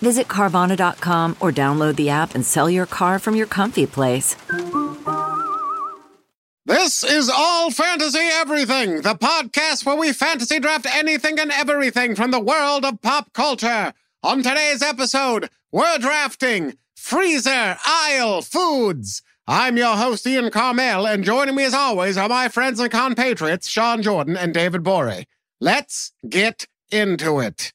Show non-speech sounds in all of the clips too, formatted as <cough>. Visit Carvana.com or download the app and sell your car from your comfy place. This is All Fantasy Everything, the podcast where we fantasy draft anything and everything from the world of pop culture. On today's episode, we're drafting Freezer Isle Foods. I'm your host, Ian Carmel, and joining me as always are my friends and compatriots, Sean Jordan and David Borey. Let's get into it.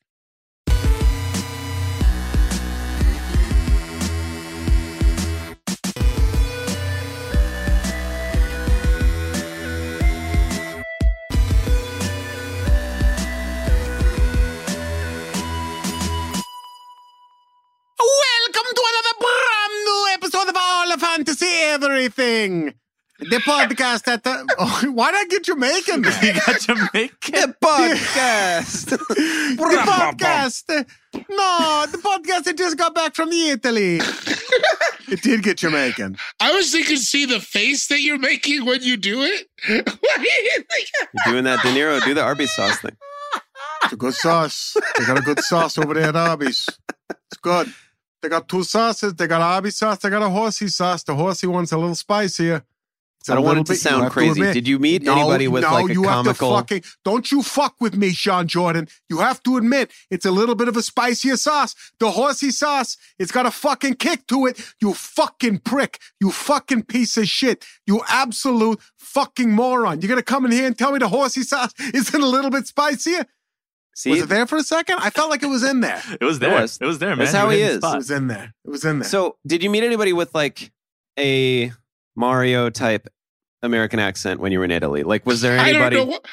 Welcome to another brand new episode of All of Fantasy Everything. The podcast that. Uh, <laughs> oh, why did I get <laughs> Jamaican? You there? got Jamaican. <laughs> podcast. the podcast. No, the podcast that just got back from Italy. it did get Jamaican. I wish they could see the face that you're making when you do it. <laughs> Like, You're doing that De Niro. Do the Arby's sauce thing. It's a good sauce. They got a good sauce over there at Arby's. It's good. They got two sauces. They got Arby's sauce. They got a horsey sauce. The horsey one's a little spicier. It's I a don't want little it to bit- you sound have crazy. admit- Did you meet No, anybody with no, like a you comical? Have to fucking, don't you fuck with me, Sean Jordan. You have to admit it's a little bit of a spicier sauce. The horsey sauce, it's got a fucking kick to it. You fucking prick. You fucking piece of shit. You absolute fucking moron. You're gonna come in here and tell me the horsey sauce <laughs> isn't a little bit spicier? See, Was it there for a second? I felt like it was in there. It was there. It was. was, there, man. That's how You he hit the is. It spot. was in there. It was in there. Uh, so did you meet anybody with like a Mario type American accent when you were in Italy? Like, was there I don't anybody? know what.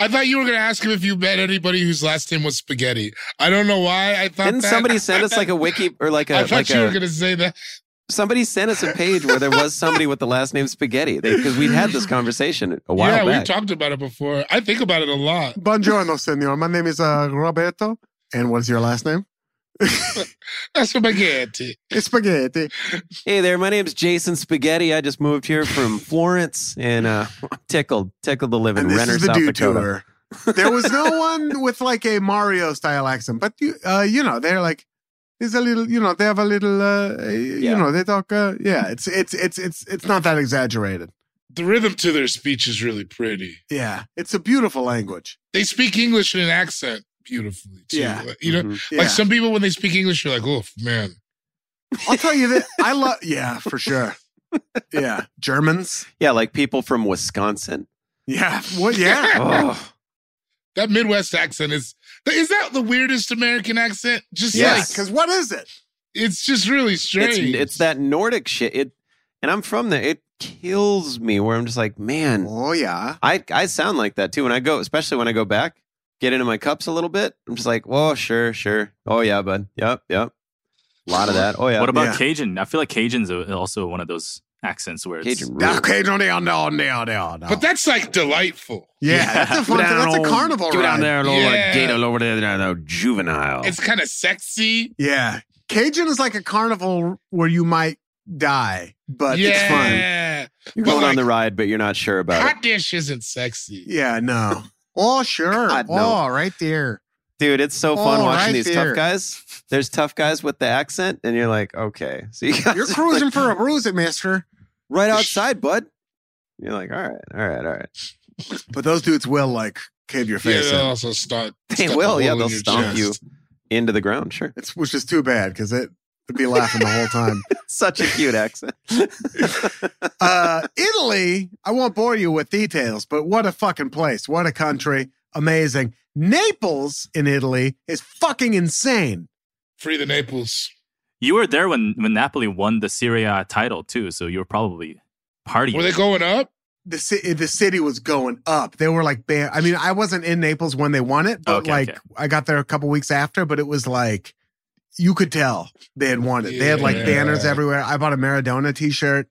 I thought you were going to ask him if you met anybody whose last name was Spaghetti. I don't know why. I thought Didn't that- somebody send us like a wiki or like <laughs> a I thought like you were a going to say that. somebody sent us a page where there was somebody with the last name Spaghetti because we'd had this conversation a while yeah, back. we've talked about it before. I think about it a lot. Buongiorno, senor. My name is uh, Roberto. And what's your last name? That's spaghetti. Spaghetti. Hey there, my name's Jason Spaghetti. I just moved <laughs> here from Florence and uh, I'm tickled, tickled to live in and this Renner, is the South due Dakota. tour. There was no one with like a Mario style accent, but you, uh, you know, they're like, there's a little, you know, they have a little, uh, you Yeah. know, they talk, uh, yeah, it's it's it's it's it's not that exaggerated. The rhythm to their speech is really pretty. Yeah, it's a beautiful language. They speak English in an accent beautifully, too. Yeah. You know, Mhm. Yeah. like some people when they speak English, you're like, oh, man. I'll tell you that I love. Yeah, for sure. Yeah, Germans. Yeah, like people from Wisconsin. <laughs> Yeah, what? Yeah, Oh, That Midwest accent is. Is that the weirdest American accent? Just yeah. like, Because what is it? it's just really it's, strange. it's that Nordic shit. It, and I'm from there. It kills me where I'm just like, man, Oh yeah. I, I sound like that too when I go, especially when I go back, get into my cups a little bit. I'm just like, whoa, sure, sure. Oh yeah, bud. Yep, yep. A lot of that. Oh yeah. What about Yeah. Cajun? I feel like Cajun's a- also one of those accents where it's Cajun? rules. Okay, no, no, no, no, no, no. But that's like delightful. yeah, <laughs> <laughs> that's a fun. That's a carnival ride. little, like, Yeah. gator over there, juvenile. It's kind of sexy. Yeah. Cajun is like a carnival where you might die, but it's fun. yeah. You're But going on like- the ride, but you're not sure about it. Hot dish isn't sexy. Yeah, <laughs> no. Oh, sure. God, no. Oh, right there. Dude, it's so fun Oh, watching right these there. tough guys. There's tough guys with the accent, and you're like, okay. <laughs> So you guys You're <laughs> are, cruising like, for a bruising, mister. right outside, bud. You're like, all right, all right, all right. <laughs> But those dudes will like cave your Yeah, face they'll in. also start. They stuff a hole will, yeah, in they'll your stomp chest. you into the ground, sure. <laughs> It's which is too bad because it would be laughing the whole <laughs> time. Such a cute <laughs> accent. uh, Italy, I won't bore you with details, but what a fucking place. What a country. Amazing. Naples in Italy is fucking insane. Free the Naples. You were there when, when Napoli won the Serie A title too, so you were probably partying. Were they going up? the city the city was going up. They were like bam. I mean, I wasn't in Naples when they won it, but Okay, like okay. I got there a couple weeks after, but it was like you could tell they had won it. They had like Yeah. banners everywhere. I bought a Maradona T-shirt.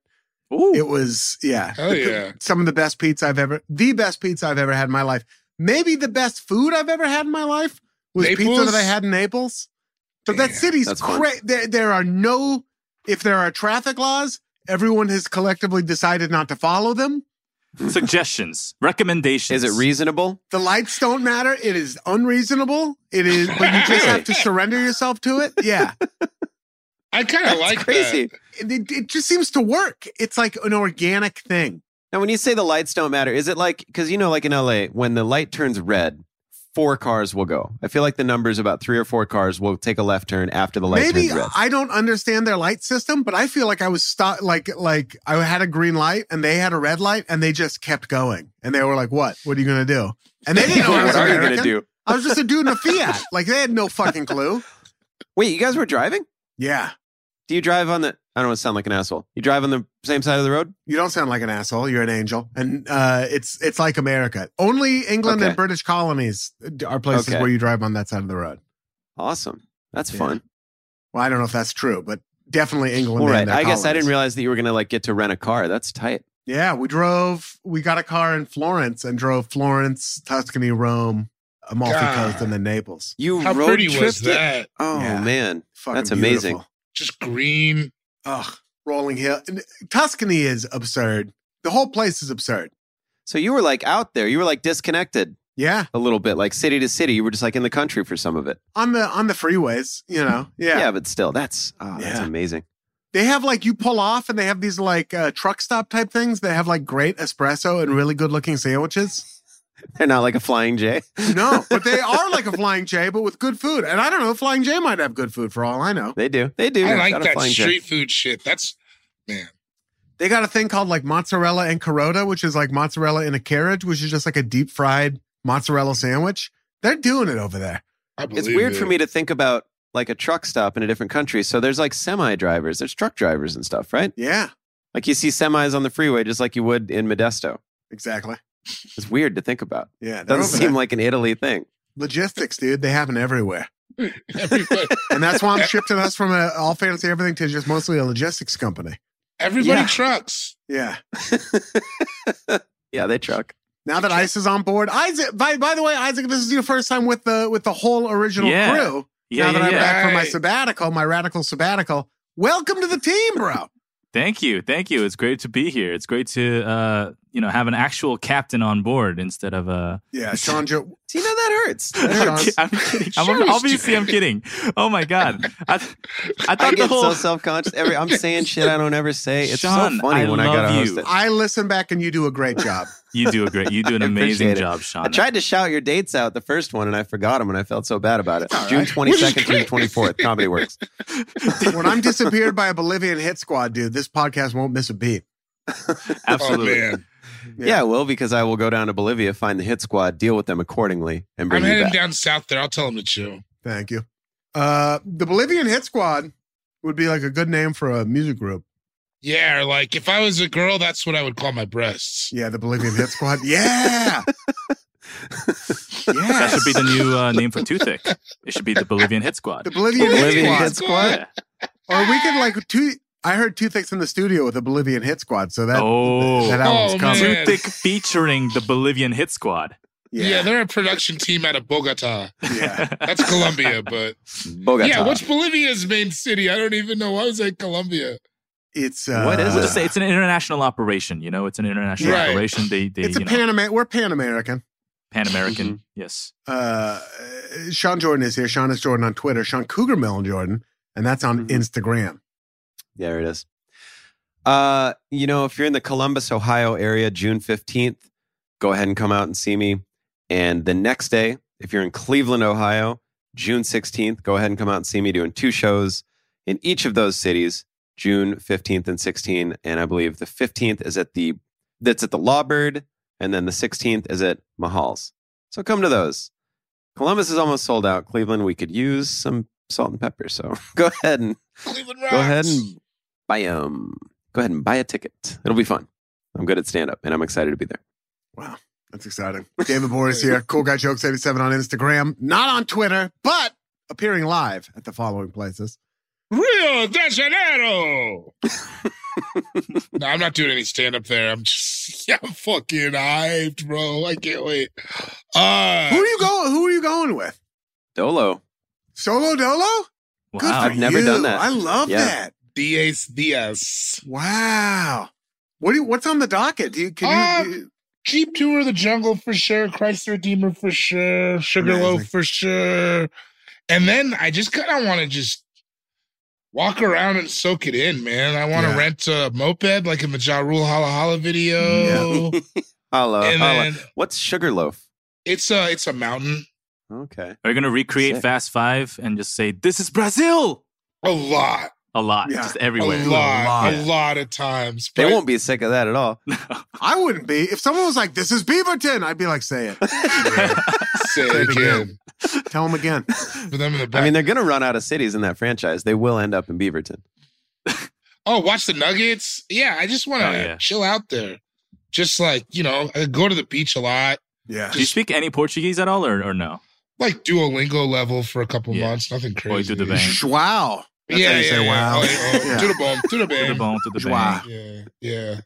Ooh. It was yeah, <laughs> Hell yeah. some of the best pizza I've ever, the best pizza I've ever had in my life. Maybe the best food I've ever had in my life was pizza Naples? that I had in Naples. But that Damn, city's that's fun. cra- there, there are no, if there are traffic laws, everyone has collectively decided not to follow them. <laughs> Suggestions, Is recommendations. it reasonable? The lights don't matter. It is unreasonable. It is, but you just have to surrender yourself to it. Yeah. I kind of like Crazy. that. It- it, it just seems to work. It's like an organic thing. Now, when you say the lights don't matter, is it like because you know, like in LA, when the light turns red, four cars will go. I feel like the number is about three or four cars will take a left turn after the light Maybe turns red. I don't understand their light system, but I feel like I was stuck. Like like I had a green light and they had a red light, and they just kept going. And they were like, "What? What are you gonna do?" And they didn't know I was <laughs> what are you American. gonna do? I was just a dude in a Fiat. Like they had no fucking clue. Wait, you guys were driving? Yeah, Do you drive on the? I don't want to sound like an asshole. You drive on the same side of the road? you don't sound like an asshole. You're an angel, and uh, it's it's like America. Only England Okay. and British colonies uh, are places Okay. where you drive on that side of the road. Awesome. That's Yeah. fun. Well, I don't know if that's true, but definitely England. All and right. their I guess I colonies. didn't realize that you were gonna like get to rent a car. That's tight. Yeah, we drove. We got a car in Florence and drove Florence, Tuscany, Rome, Amalfi God. Coast, and then Naples. You How road pretty was tripped it? that? Oh Yeah. man, Fucking That's amazing. beautiful. Just green. Ugh, rolling hill. and Tuscany is absurd. The whole place is absurd. so you were like out there. You were like disconnected Yeah, a little bit, like city to city. You were just like in the country for some of it. on the on the freeways, you know. Yeah, <laughs> Yeah, but still, that's oh, that's Yeah. amazing. <laughs> they have like you pull off and they have these like uh, truck stop type things. They have like great espresso and really good looking sandwiches. They're not like a flying J. <laughs> No, but they are like a flying J, but with good food. And I don't know, Flying J might have good food for all I know. They do. They do. I like Got a that Flying J. street food shit. That's man. They got a thing called like mozzarella and carota, which is like mozzarella in a carriage, which is just like a deep fried mozzarella sandwich. They're doing it over there. I It's believe weird it. for me to think about like a truck stop in a different country. So there's like semi drivers, there's truck drivers and stuff, right? Yeah, Like you see semis on the freeway just like you would in Modesto. exactly. It's weird to think about. Yeah, they're Doesn't over there. seem like an Italy thing. logistics, dude. They happen everywhere, <laughs> <laughs> Everybody, and that's why I'm shifting us from a all fantasy everything to just mostly a logistics company. everybody Yeah. trucks. Yeah. yeah, they truck. Now that Ice is on board, Isaac. By, by the way, Isaac, this is your first time with the with the whole original Yeah. crew. Yeah, now that yeah, I'm yeah. back from my Right. sabbatical, my radical sabbatical. Welcome to the team, bro. Thank you, thank you. It's great to be here. It's great to uh, you know have an actual captain on board instead of a. Yeah, Sean Joe. See, now that <laughs> hurts. That <laughs> There it hurts. is. <laughs> I'm kidding. I'm, Sure, obviously, I'm stupid. kidding. Oh my god, I, I thought I the get whole so self conscious. Every I'm saying shit I don't ever say. It's Sean, so funny I when I gotta love host you. it. I listen back, and you do a great job. you do a great, you do an I <laughs> amazing appreciate it. job, Sean. I tried to shout your dates out the first one and I forgot them and I felt so bad about it. all June right. 22nd through 24th, Comedy <laughs> Works. when I'm disappeared by a Bolivian hit squad, dude, this podcast won't miss a beat. Absolutely. Oh man, Yeah. well, because I will go down to Bolivia, find the hit squad, deal with them accordingly, and I'm bring you heading back. down south there. I'll tell them to chill. Thank you. Uh, the Bolivian hit squad would be like a good name for a music group. Yeah, or like if I was a girl, that's what I would call my breasts. Yeah, the Bolivian hit squad. <laughs> Yeah. That yeah. should be the new uh, name for Toothic. It should be the Bolivian Hit Squad. The Bolivian, Bolivian hit hit squad. squad. Or we could Ah. like two. I heard two things in the studio with the Bolivian hit squad. So that oh, that album's Oh, coming. man. Toothic featuring the Bolivian Hit Squad. Yeah. they're a production team out of Bogota. yeah. <laughs> That's Colombia, but Bogota. yeah, what's Bolivia's main city? I don't even know. Why was I Colombia? It's uh, <laughs> What is We'll it? just say it's an international operation. You know, it's an international Right. operation. They, they, It's a you know, Pan Amer- We're Pan American. Pan American. Mm-hmm. Yes. Uh, Sean Jordan is here. Sean is Jordan on Twitter. Sean Cougar Mellon Jordan, and that's on Mhm. Instagram. There it is. Uh, you know, if you're in the Columbus, Ohio area, June 15th, go ahead and come out and see me. And the next day, if you're in Cleveland, Ohio, June 16th, go ahead and come out and see me doing two shows in each of those cities, June 15th and 16th. And I believe the 15th is at the that's at the Lawbird, and then the 16th is at Mahal's. So come to those. Columbus is almost sold out. Cleveland, we could use some salt and pepper. So <laughs> go ahead and Cleveland Rocks. go ahead and buy 'em. Go ahead and buy a ticket. It'll be fun. I'm good at stand up and I'm excited to be there. That's exciting. David Boris here. Cool guy jokes eighty seven on Instagram, not on Twitter, but appearing live at the following places. Rio <laughs> de Janeiro. no, I'm not doing any stand up there. I'm just, <laughs> yeah, I'm fucking hyped, bro. I can't wait. Uh, Who are you going? Who are you going with? Dolo. Solo Dolo? Wow. Good for I've never you. done that. I love Yeah. that. Diaz Diaz. Wow. What do you, what's on the docket? Do you, can you, Um, Jeep Tour of the Jungle for sure. Christ the Redeemer for sure. Sugarloaf Amazing. for sure. And then I just kind of want to just walk around and soak it in, man. I want to Yeah. rent a moped like in the Ja Rule Holla Holla video. Hello. and Hello. then What's Sugarloaf? it's a it's a mountain. Okay. Are you gonna recreate Sick. Fast Five and just say this is Brazil A lot. a lot, Yeah. just A everywhere? lot. Yeah. A lot of times. They but- won't be sick of that at all. I wouldn't be. If someone was like, "This is Beaverton," I'd be like, "Say it. Say it again. Tell them again." <laughs> For them in the I back. mean, they're going to run out of cities in that franchise. They will end up in Beaverton. oh, watch the Nuggets. Yeah, I just want to Oh, yeah. chill out there. Just like you know, I go to the beach a lot. Yeah. Do you speak any Portuguese at all, or, or no? Like Duolingo level for a couple Yeah. months. Nothing crazy. Boy, do the bang. Schwow. That's yeah, how you yeah, say yeah. wow. Oh, yeah, oh, Yeah. To the bomb. To <laughs> the To the bang. bone, to the Joie. bang. Yeah,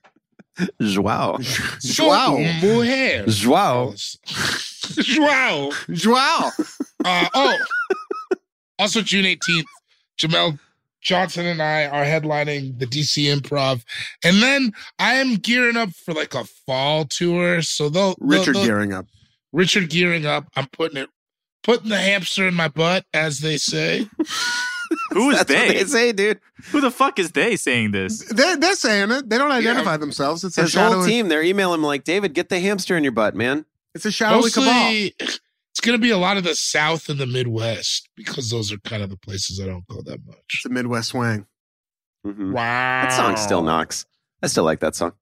yeah. Joao. Joao. mujer. Joao. Joao. Schwow. Uh, oh, also June 18th, Jamel Johnson and I are headlining the DC Improv. And then I am gearing up for like a fall tour. So they'll. they'll- <laughs> Richard they'll- gearing up. Richard gearing up. I'm putting it, putting the hamster in my butt, as they say. Who is That's what they? they say, dude. Who the fuck is they saying this? They're, they're saying it. They don't identify Yeah. themselves. It's a His whole shadowy. team, they're emailing him like, David, get the hamster in your butt, man. It's a shadowy cabal. Mostly, it's going to be a lot of the South and the Midwest because those are kind of the places I don't go that much. It's a Midwest swing. Mhm. Wow. That song still knocks. I still like that song.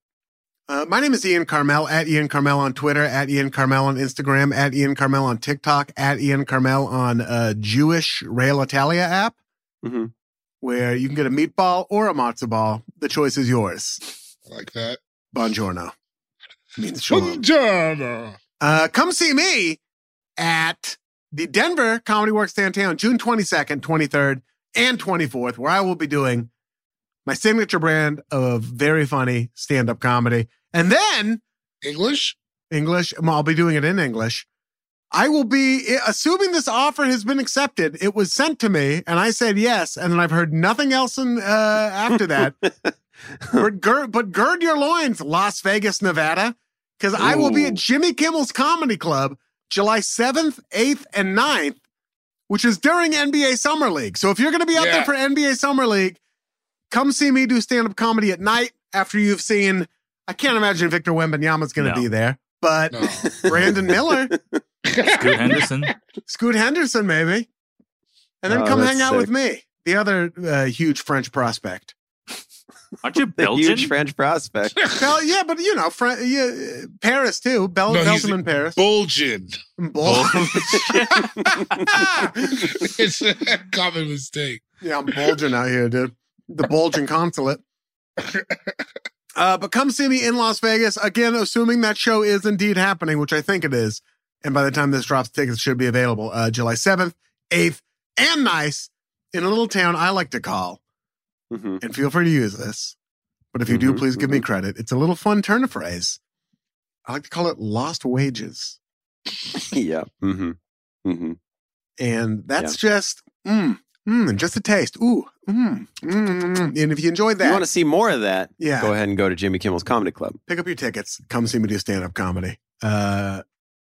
Uh, my name is Ian Carmel at Ian Carmel on Twitter, at Ian Carmel on Instagram, at Ian Carmel on TikTok, at Ian Carmel on uh, Jewish Rail Italia app, Mhm. where you can get a meatball or a matzo ball. The choice is yours. I like that. Buongiorno. Means shalom. Buongiorno. Uh, come see me at the Denver Comedy Works downtown, June 22nd, 23rd, and 24th, where I will be doing my signature brand of very funny stand up comedy. And then English? English, well, I'll be doing it in English. I will be, eh, assuming this offer has been accepted, it was sent to me, and I said yes, and then I've heard nothing else in, uh, after that. but, gird, but gird your loins, Las Vegas, Nevada, because I will be Ooh. at Jimmy Kimmel's Comedy Club July 7th, 8th, and 9th, which is during NBA Summer League. So if you're going to be out there Yeah. for NBA Summer League, come see me do stand up comedy at night after you've seen. I can't imagine Victor Wembanyama's going to No. be there, but <laughs> No. <laughs> Brandon Miller, Scoot Henderson. Scoot Henderson, maybe, and then Oh, come that's hang out with sick. me, the other uh, huge French prospect. Aren't <laughs> you The Belgian? huge French prospect. Bel- yeah, but you know, Fran- yeah, Paris too. Bel- No, he's- Belgium and Paris. Bulgin. Bull. <laughs> <laughs> it's a common mistake. Yeah, I'm bulging out here, dude. The bulging consulate. Uh, but come see me in Las Vegas again, assuming that show is indeed happening, which I think it is. And by the time this drops, tickets should be available uh, July 7th, 8th, and nice in a little town I like to call. hmm And feel free to use this. But if you do, Mhm, please give me mhm. credit. It's a little fun turn of phrase. I like to call it lost wages. Yeah. hmm hmm and that's just mm, mm, just a taste. Ooh, mm, mm, mm, mm. and if you enjoyed You that, want to see more of that? yeah, Go ahead and go to Jimmy Kimmel's Comedy Club. pick up your tickets. Come see me do stand up comedy. Uh,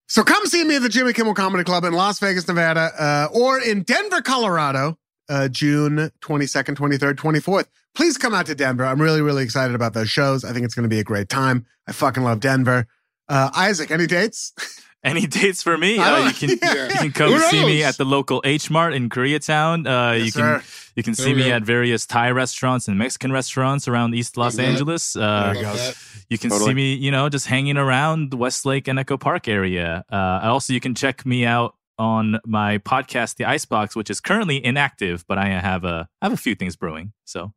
so come see me at the Jimmy Kimmel Comedy Club in Las Vegas, Nevada, uh, or in Denver, Colorado, uh, June twenty second, twenty third, twenty fourth. Please come out to Denver. I'm really, really excited about those shows. I think it's going to be a great time. I fucking love Denver. Uh, Isaac, any dates? Any dates for me? I Uh, don't- you can Yeah. you can come Who see me knows? at the local H Mart in Koreatown. Uh, you Yes, can sir. you can There see we me go. at various Thai restaurants and Mexican restaurants around East Los Yeah. Angeles. Love Uh, that. you can Totally. see me, you know, just hanging around Westlake and Echo Park area. Uh, also, you can check me out on my podcast, The Icebox, which is currently inactive, but I have a I have a few things brewing. So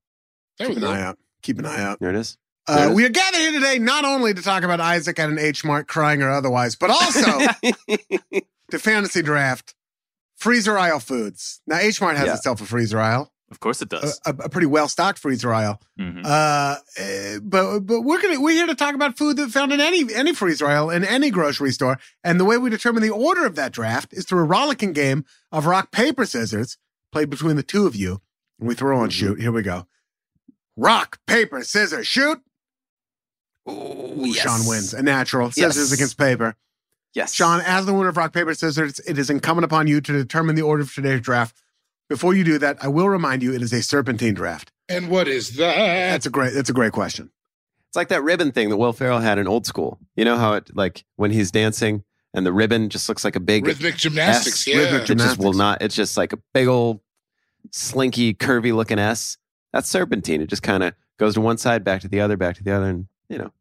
There we Keep an eye go. out. Keep an eye out. There it is. There Uh, it is. we are gathered here today not only to talk about Isaac at an H Mart crying or otherwise, but also to fantasy draft freezer aisle foods. Now, H Mart has Yeah. itself a freezer aisle, Of course it a, does. a, a pretty well stocked freezer aisle. Mhm. Uh, eh, but but we're gonna we're here to talk about food that's found in any any freezer aisle in any grocery store, and the way we determine the order of that draft is through a rollicking game of rock paper scissors played between the two of you. And we throw on shoot. Here we go. Rock paper scissors shoot. Ooh, Ooh, Sean wins. A natural Yes. scissors against paper. Yes. Sean, as the winner of Rock, Paper, Scissors, it is incumbent upon you to determine the order of today's draft. Before you do that, I will remind you it is a serpentine draft. And what is that? That's a great that's a great question. It's like that ribbon thing that Will Ferrell had in old school. You know how it like when he's dancing and the ribbon just looks like a big Rhythmic gymnastics. S, yeah. rhythmic It just will Gymnastics. not. It's just like a big old slinky, curvy looking S. That's serpentine. It just kind of goes to one side, back to the other, back to the other, and you know,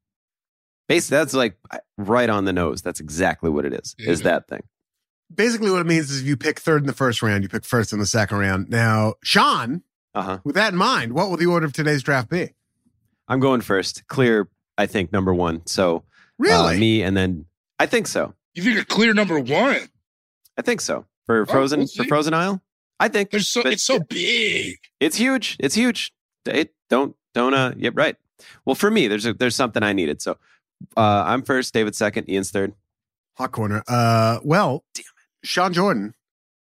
basically that's like right on the nose. That's exactly what it is. Is Yeah. that thing? Basically, what it means is if you pick third in the first round, you pick first in the second round. Now, Sean, Uh huh. with that in mind, what will the order of today's draft be? I'm going first. Clear. I think number one. So uh, Really? me, and then I think so. You think a clear number one? I think so for Frozen we'll for see. Frozen Isle. I think There's so But- it's <laughs> so big. It's huge. It's huge. It don't don't uh yep right. Well, for me, there's a, there's something I needed. So uh I'm first, David second, Ian's third. Hot corner. Uh, well, Sean Jordan,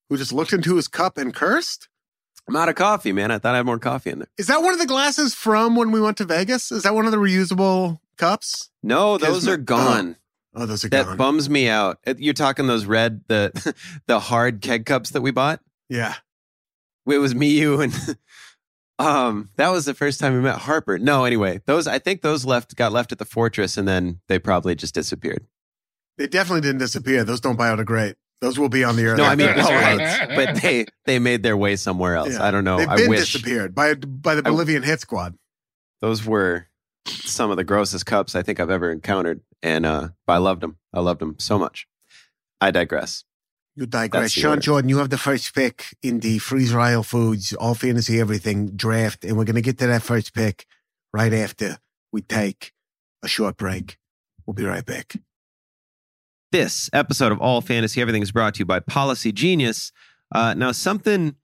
who just looked into his cup and cursed. I'm out of coffee, man. I thought I had more coffee in there. Is that one of the glasses from when we went to Vegas? Is that one of the reusable cups? No, those Kismet. are gone. Oh, those are that gone. bums me out. Uh, You're talking those red the <laughs> the hard keg cups that we bought. yeah. It was me, you, and <laughs> um that was the first time we met Harper. No, anyway, those I think those left got left at the fortress, and then they probably just disappeared. They definitely didn't disappear. Those don't biodegrade. Those will be on the earth. No, I mean after- loads, but they they made their way somewhere else. Yeah. I don't know. they've I been wish. disappeared by by the I- Bolivian hit squad. those were some of the grossest cups I think I've ever encountered. And uh, but I loved them. I loved them so much. I digress. You That's digress. the Sean order. Jordan, you have the first pick in the freezer aisle foods, all fantasy, everything draft, and we're gonna get to that first pick right after we take a short break. We'll be right back. This episode of All Fantasy Everything is brought to you by Policy Genius. Uh, now, something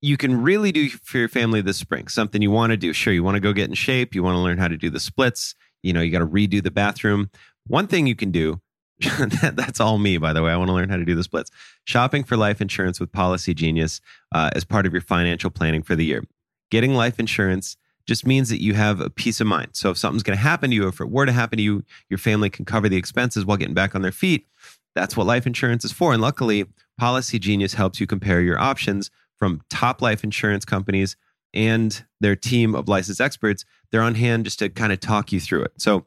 you can really do for your family this spring, something you want to do. Sure, you want to go get in shape, you want to learn how to do the splits, you know, you got to redo the bathroom. One thing you can do <laughs> that, that's all me, by the way. I want to learn how to do the splits. Shopping for life insurance with Policy Genius uh, as part of your financial planning for the year. Getting life insurance just means that you have a peace of mind. So if something's going to happen to you, if it were to happen to you, your family can cover the expenses while getting back on their feet. That's what life insurance is for. And luckily, Policy Genius helps you compare your options from top life insurance companies and their team of licensed experts. They're on hand just to kind of talk you through it. So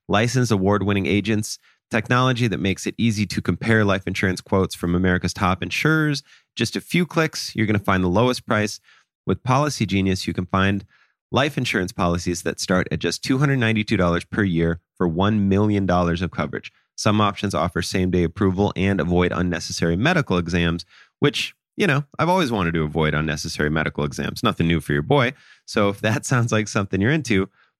licensed award winning agents, technology that makes it easy to compare life insurance quotes from America's top insurers. Just a few clicks, you're going to find the lowest price. With Policy Genius, you can find life insurance policies that start at just $292 per year for $1 million of coverage. Some options offer same day approval and avoid unnecessary medical exams, which, you know, I've always wanted to avoid unnecessary medical exams. Nothing new for your boy. So if that <laughs> sounds like something you're into,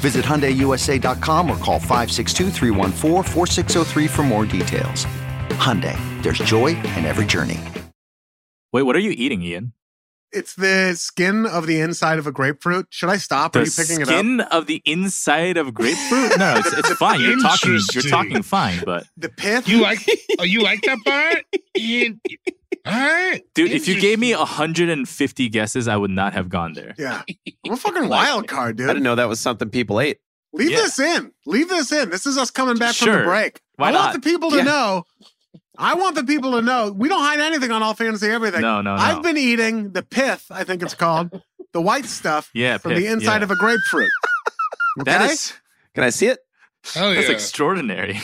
Visit HyundaiUSA.com or call 562-314-4603 for more details. Hyundai, there's joy in every journey. Wait, what are you eating, Ian? It's the skin of the inside of a grapefruit. Should I stop? Are you picking it up? skin of the inside of grapefruit? No, it's, it's fine. You're talking. You're Interesting. talking fine, but The pith. You like? oh, you like that <laughs> part? You- All right, dude, if you gave me Interesting. 150 guesses, I would not have gone there. Yeah. I'm a <laughs> fucking wild card, I didn't dude. know that was something people ate. Leave Yeah. this in. Leave this in. This is us coming back from Sure. the break. Why I not? want the people to Yeah. know. I want the people to know. We don't hide anything on All Fantasy Everything. No, no, no. I've been eating the pith, I think it's called, the white stuff Yeah, from pith, the inside yeah. of a grapefruit. That Okay? is Can I see it? Hell yeah. that's <laughs> extraordinary.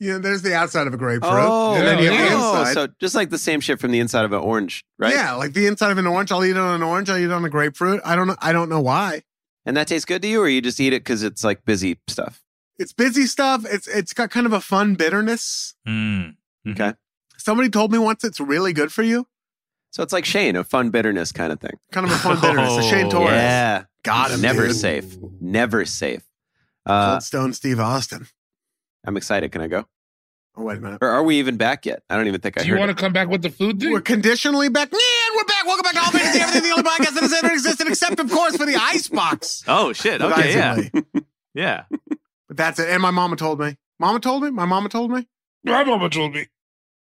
Yeah, there's the outside of a grapefruit. Oh, and then you have the oh, inside. so just like the same shit from the inside of an orange, right? Yeah, like the inside of an orange. I'll eat it on an orange. I'll eat it on a grapefruit. I don't know. I don't know why. And that tastes good to you, or you just eat it because it's like busy stuff? It's busy stuff. It's it's got kind of a fun bitterness. Mm. Okay. Somebody told me once it's really good for you. So it's like Shane, a fun bitterness kind of thing. Kind of a fun bitterness. It's Shane Oh, Torres. Yeah. Got him. Never dude. safe. Never safe. Cold Uh, Stone Steve Austin. I'm excited. Can I go? Oh wait a minute. Or are we even back yet? I don't even think I Do you heard want it. to come back with the food, dude? We're conditionally back. Yeah, and we're back. Welcome back to All Fantasy Everything, the only podcast that has ever existed, except of course for the Icebox. Oh shit. Okay. Yeah. Surprisingly. Yeah. But that's it. And my mama told me. Mama told me. My mama told me. My mama told me.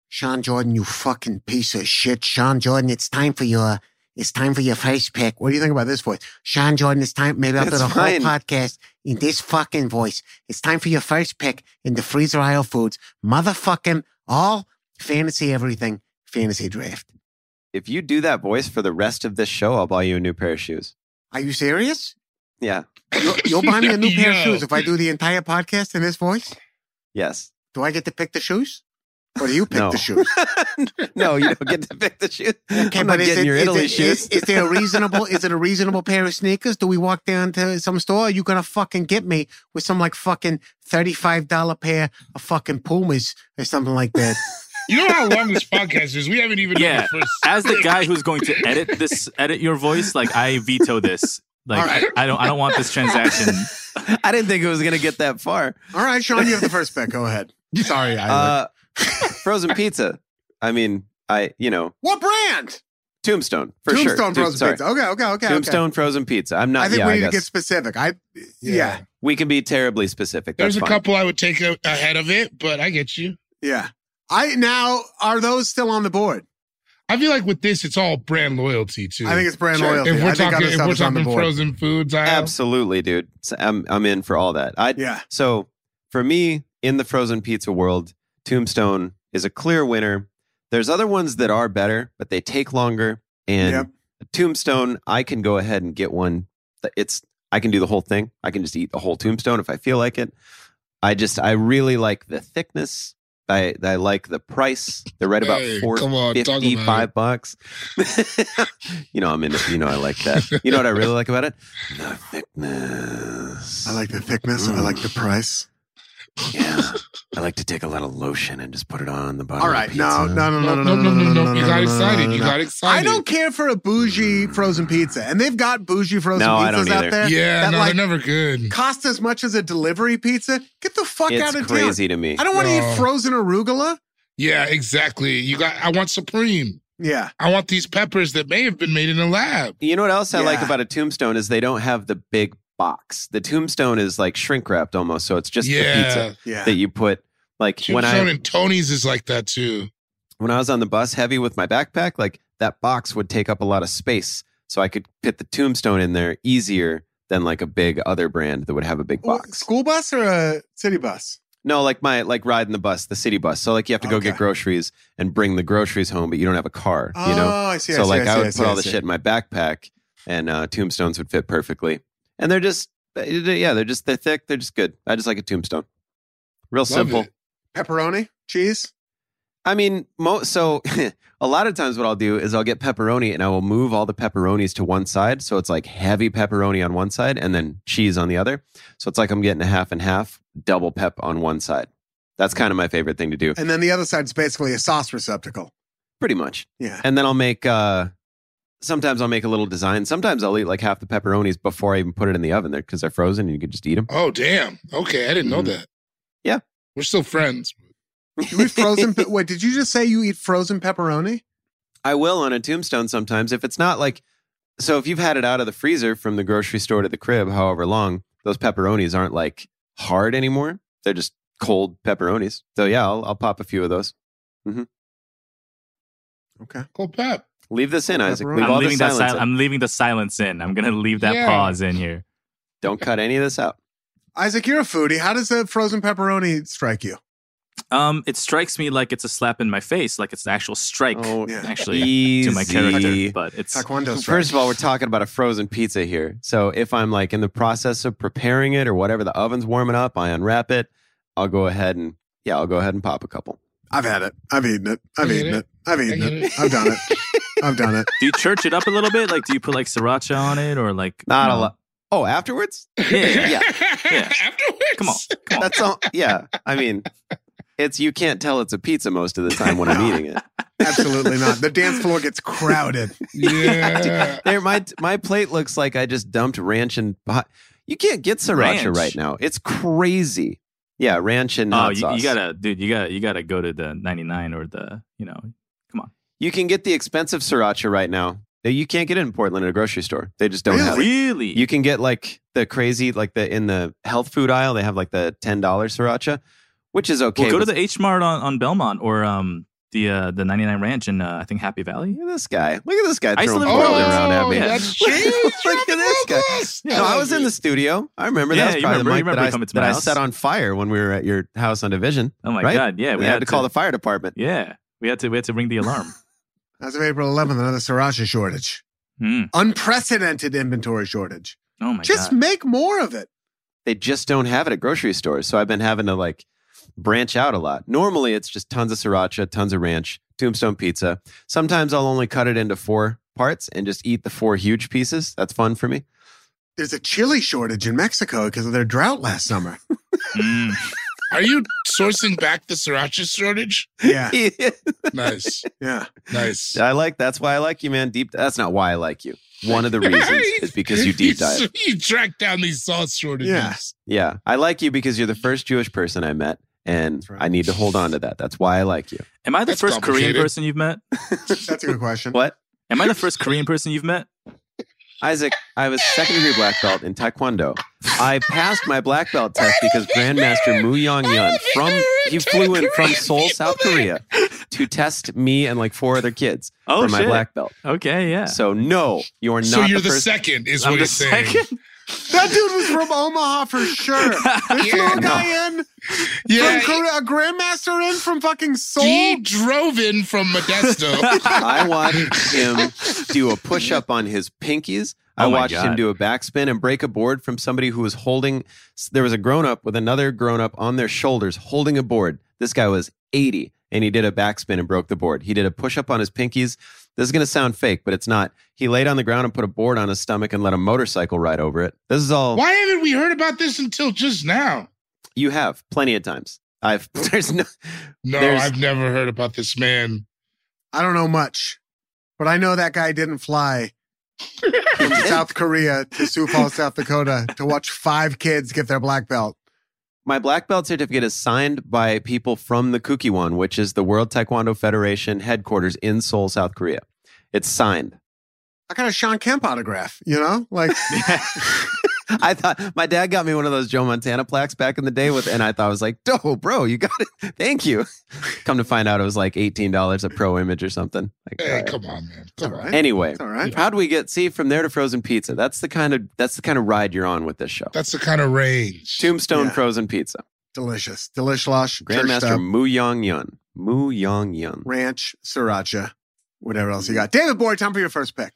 Sean Jordan, you fucking piece of shit. Sean Jordan, it's time for your it's time for your first pick. What do you think about this voice? Sean Jordan, it's time maybe I'll do That's the fine. whole podcast in this fucking voice. It's time for your first pick in the freezer aisle foods. Motherfucking all fantasy everything fantasy draft. If you do that voice for the rest of this show, I'll buy you a new pair of shoes. Are you serious? Yeah. You'll, you'll buy me a new pair of Yo. shoes if I do the entire podcast in this voice? Yes. <laughs> Do I get to pick the shoes? Or do you pick No. the shoes? no, you don't get to pick the shoes. <laughs> Okay, <laughs> I'm not but is getting it- your is Italy it- is- shoes. Is, there a reasonable? is it a reasonable pair of sneakers? Do we walk down to some store? Are you gonna fucking get me with some like fucking thirty-five dollar pair of fucking Pumas or something like <laughs> that? You know how long this podcast is? We haven't even done Yeah. the first. As the guy who's going to edit this, edit your voice, like I veto this. Like I, I don't, I don't want this <laughs> transaction. <laughs> I didn't think it was going to get that far. All right, Sean, you have the first pick. Go ahead. Sorry, I. Uh, frozen pizza. I mean, I, you know, what brand? Tombstone for sure. Tombstone Tomb- frozen sorry. pizza. Okay, okay, okay. Tombstone frozen pizza. I'm Okay. not. I think yeah, we I need to guess. get specific. I yeah. yeah Yeah. we can be terribly specific. There's That's a fine. couple I would take a- ahead of it, but I get you. I now are those still on the board? I feel like with this, it's all brand loyalty too. I think it's brand Sure. loyalty. if we're I think talking, other if stuff we're is on the talking board. frozen foods, I Absolutely, dude. So I'm I'm in for all that. I Yeah, so for me in the frozen pizza world, Tombstone is a clear winner. There's other ones that are better, but they take longer. And Yep. Tombstone, I can go ahead and get one. that It's I can do the whole thing. I can just eat the whole Tombstone if I feel like it. I just I really like the thickness. I I like the price. They're right about Hey, four come on, talk about it. fifty-five bucks. <laughs> you know I'm in. it. You know I like that. You know what I really like about it? The thickness. I like the thickness. I like the price. Yeah. I like to take a lot of lotion and just put it on the bottom. All right, of no, pizza. no, no, no, no, no, no, no, no, no, You got no, no, excited. no, You no. got excited. I don't care for a bougie frozen pizza, and they've got bougie frozen No, I don't pizzas out either. there Yeah, that no, like they're never good. cost as much as a delivery pizza. Get the fuck out of It's town! crazy to me. I don't want to No. eat frozen arugula. Yeah, exactly. You got. I want supreme. Yeah, I want these peppers that may have been made in a lab. You know what else I like Yeah. about a tombstone is they don't have the big box. The tombstone is like shrink wrapped almost, so it's just the yeah, pizza yeah. that you put. Like when Tombstone I and Tony's is like that too. when I was on the bus heavy with my backpack, like that box would take up a lot of space, so I could fit the tombstone in there easier than like a big other brand that would have a big Wh- box. School bus or a city bus? No, like my like riding the bus, the city bus. So like you have to go Okay. get groceries and bring the groceries home, but you don't have a car. Oh, you know, I see. I so see, like I see, I would I see, put I all the see. shit in my backpack, and uh, tombstones would fit perfectly. And they're just yeah, they're just they're thick. They're just good. I just like a tombstone. Real simple. it. Pepperoni, cheese. I mean, mo- so <laughs> a lot of times what I'll do is I'll get pepperoni and I will move all the pepperonis to one side. So it's like heavy pepperoni on one side and then cheese on the other. So it's like I'm getting a half and half, double pep on one side. That's kind of my favorite thing to do, And then the other side's basically a sauce receptacle. pretty much. Yeah. And then I'll make uh sometimes I'll make a little design. Sometimes I'll eat like half the pepperonis before I even put it in the oven there because they're frozen and you can just eat them. Oh, damn. Okay, I didn't know Mhm. that. Yeah. We're still friends. You eat frozen. pe- wait, did you just say you eat frozen pepperoni? I will on a tombstone sometimes if it's not like so if you've had it out of the freezer from the grocery store to the crib however long those pepperonis aren't like hard anymore they're just cold pepperonis so yeah I'll, I'll pop a few of those Okay. Cool pep. leave this in Isaac Pepperoni. leave We've I'm all leaving this that. silence sil- in. I'm leaving the silence in. I'm gonna leave that Yeah. pause in here. don't cut any of this out Isaac, you're a foodie. How does the frozen pepperoni strike you? Um, it strikes me like it's a slap in my face, <laughs> like it's the actual strike oh yeah. actually easy to my character. But it's Taekwondo strike. First of all, we're talking about a frozen pizza here. So if I'm like in the process of preparing it or whatever, the oven's warming up, I unwrap it, I'll go ahead and yeah, I'll go ahead and pop a couple. I've had it. I've eaten it. I've I get eaten it. it. I've eaten I it. get it. I've done it. I've done it. do you church it up a little bit? Like do you put like sriracha on it or like Not no? a lot. Oh, afterwards? Yeah. <laughs> Yeah. Yeah. <laughs> Afterwards. Come on. Come on. That's all. Yeah. I mean, it's you can't tell it's a pizza most of the time when I'm eating <laughs> it. Absolutely not. The dance floor gets crowded. <laughs> Yeah. There, my my plate looks like I just dumped ranch and hot. You can't get sriracha Ranch? right now. It's crazy. Yeah, ranch and Oh, hot you, sauce. you gotta, dude. You gotta, you gotta go to the ninety nine or the, you know, You can get the expensive sriracha right now. that You can't get it in Portland at a grocery store. They just don't have it. really. You can get like the crazy, like the in the health food aisle, they have like the ten dollar sriracha, which is okay. well, go to but- the H Mart on, on Belmont or um the uh, the ninety nine Ranch in uh, I think Happy Valley. Look at this guy. Look at this guy I used to throwing live in Portland around Portland. at me. yeah. Oh, That's <laughs> true. Look at this guy. <laughs> No, I was in the studio. I remember Yeah, that was you probably the remember- you mic remember that, I, coming to that my I house. set on fire when we were at your house on Division. <laughs> Oh my Right? god, yeah, we had, to call the fire department. yeah, we had to we had to ring <laughs> the alarm. As of April 11th, another sriracha shortage. Hmm. Unprecedented inventory shortage. Oh my Just god, make more of it. They just don't have it at grocery stores, so I've been having to like branch out a lot. Normally, it's just tons of sriracha, tons of ranch, tombstone pizza. Sometimes I'll only cut it into four parts and just eat the four huge pieces. That's fun for <laughs> me. There's a chili shortage in Mexico because of their drought last summer. Hmm. Are you sourcing back the sriracha shortage? Yeah, Nice. yeah. <laughs> Nice. I like that's why I like you, man. Deep. That's not why I like you. One <laughs> of the reasons is because you deep dive. <laughs> You track down these sauce shortages. Yeah. Yeah, I like you because you're the first Jewish person I met, and That's right. I need to hold on to that. That's why I like you. am I the That's first Korean complicated. person you've met? That's a good question. What, Am I the first Korean person you've met? Isaac? I was second degree black belt in Taekwondo. I passed my black belt test because Grandmaster Mu Yong Yun from he flew in from Seoul, South Korea, to test me and like four other kids Oh, for my shit. black belt. Okay, yeah. So no, you are not So you're the the, first. second, is I'm what the it's saying. <laughs> second. That dude was from Omaha for <laughs> sure. They Yeah, flew a no. guy in Yeah. from Korea, a grandmaster in from fucking Seoul. He drove in from <laughs> Modesto. I watched him do a push up on his pinkies. I Oh my watched him God. do a backspin and break a board from somebody who was holding. There was a grown up with another grown up on their shoulders holding a board. This guy was 80 and he did a backspin and broke the board. He did a push up on his pinkies. This is going to sound fake, but it's not. He laid on the ground and put a board on his stomach and let a motorcycle ride over it. This is all Why haven't we heard about this until just now? you have plenty of times. I've, <laughs> there's no, No, There's- I've never heard about this man. I don't know much, but I know that guy didn't fly from South Korea to Sioux Falls, South Dakota to watch five kids get their black belt. my black belt certificate is signed by people from the Kukiwon, which is the World Taekwondo Federation headquarters in Seoul, South Korea. It's signed. <laughs> I got a Sean Kemp autograph, you know? Like, I thought my dad got me one of those Joe Montana plaques back in the day with, and I thought I was like, "Oh, bro, you got it! Thank you." <laughs> Come to find out, it was like eighteen dollars at Pro Image or something. Like, all Hey, right. come on, man. Come All on. right. Anyway, it's all right. how do we get see from there to frozen pizza? That's the kind of that's the kind of ride you're on with this show. That's the kind of range. Tombstone Yeah. frozen pizza. Delicious. Delish Losh. Grandmaster Mu Yong Yun. Mu Yong Yun. Ranch, Sriracha, whatever else you got. Mm-hmm. David Boyd, time for your first pick.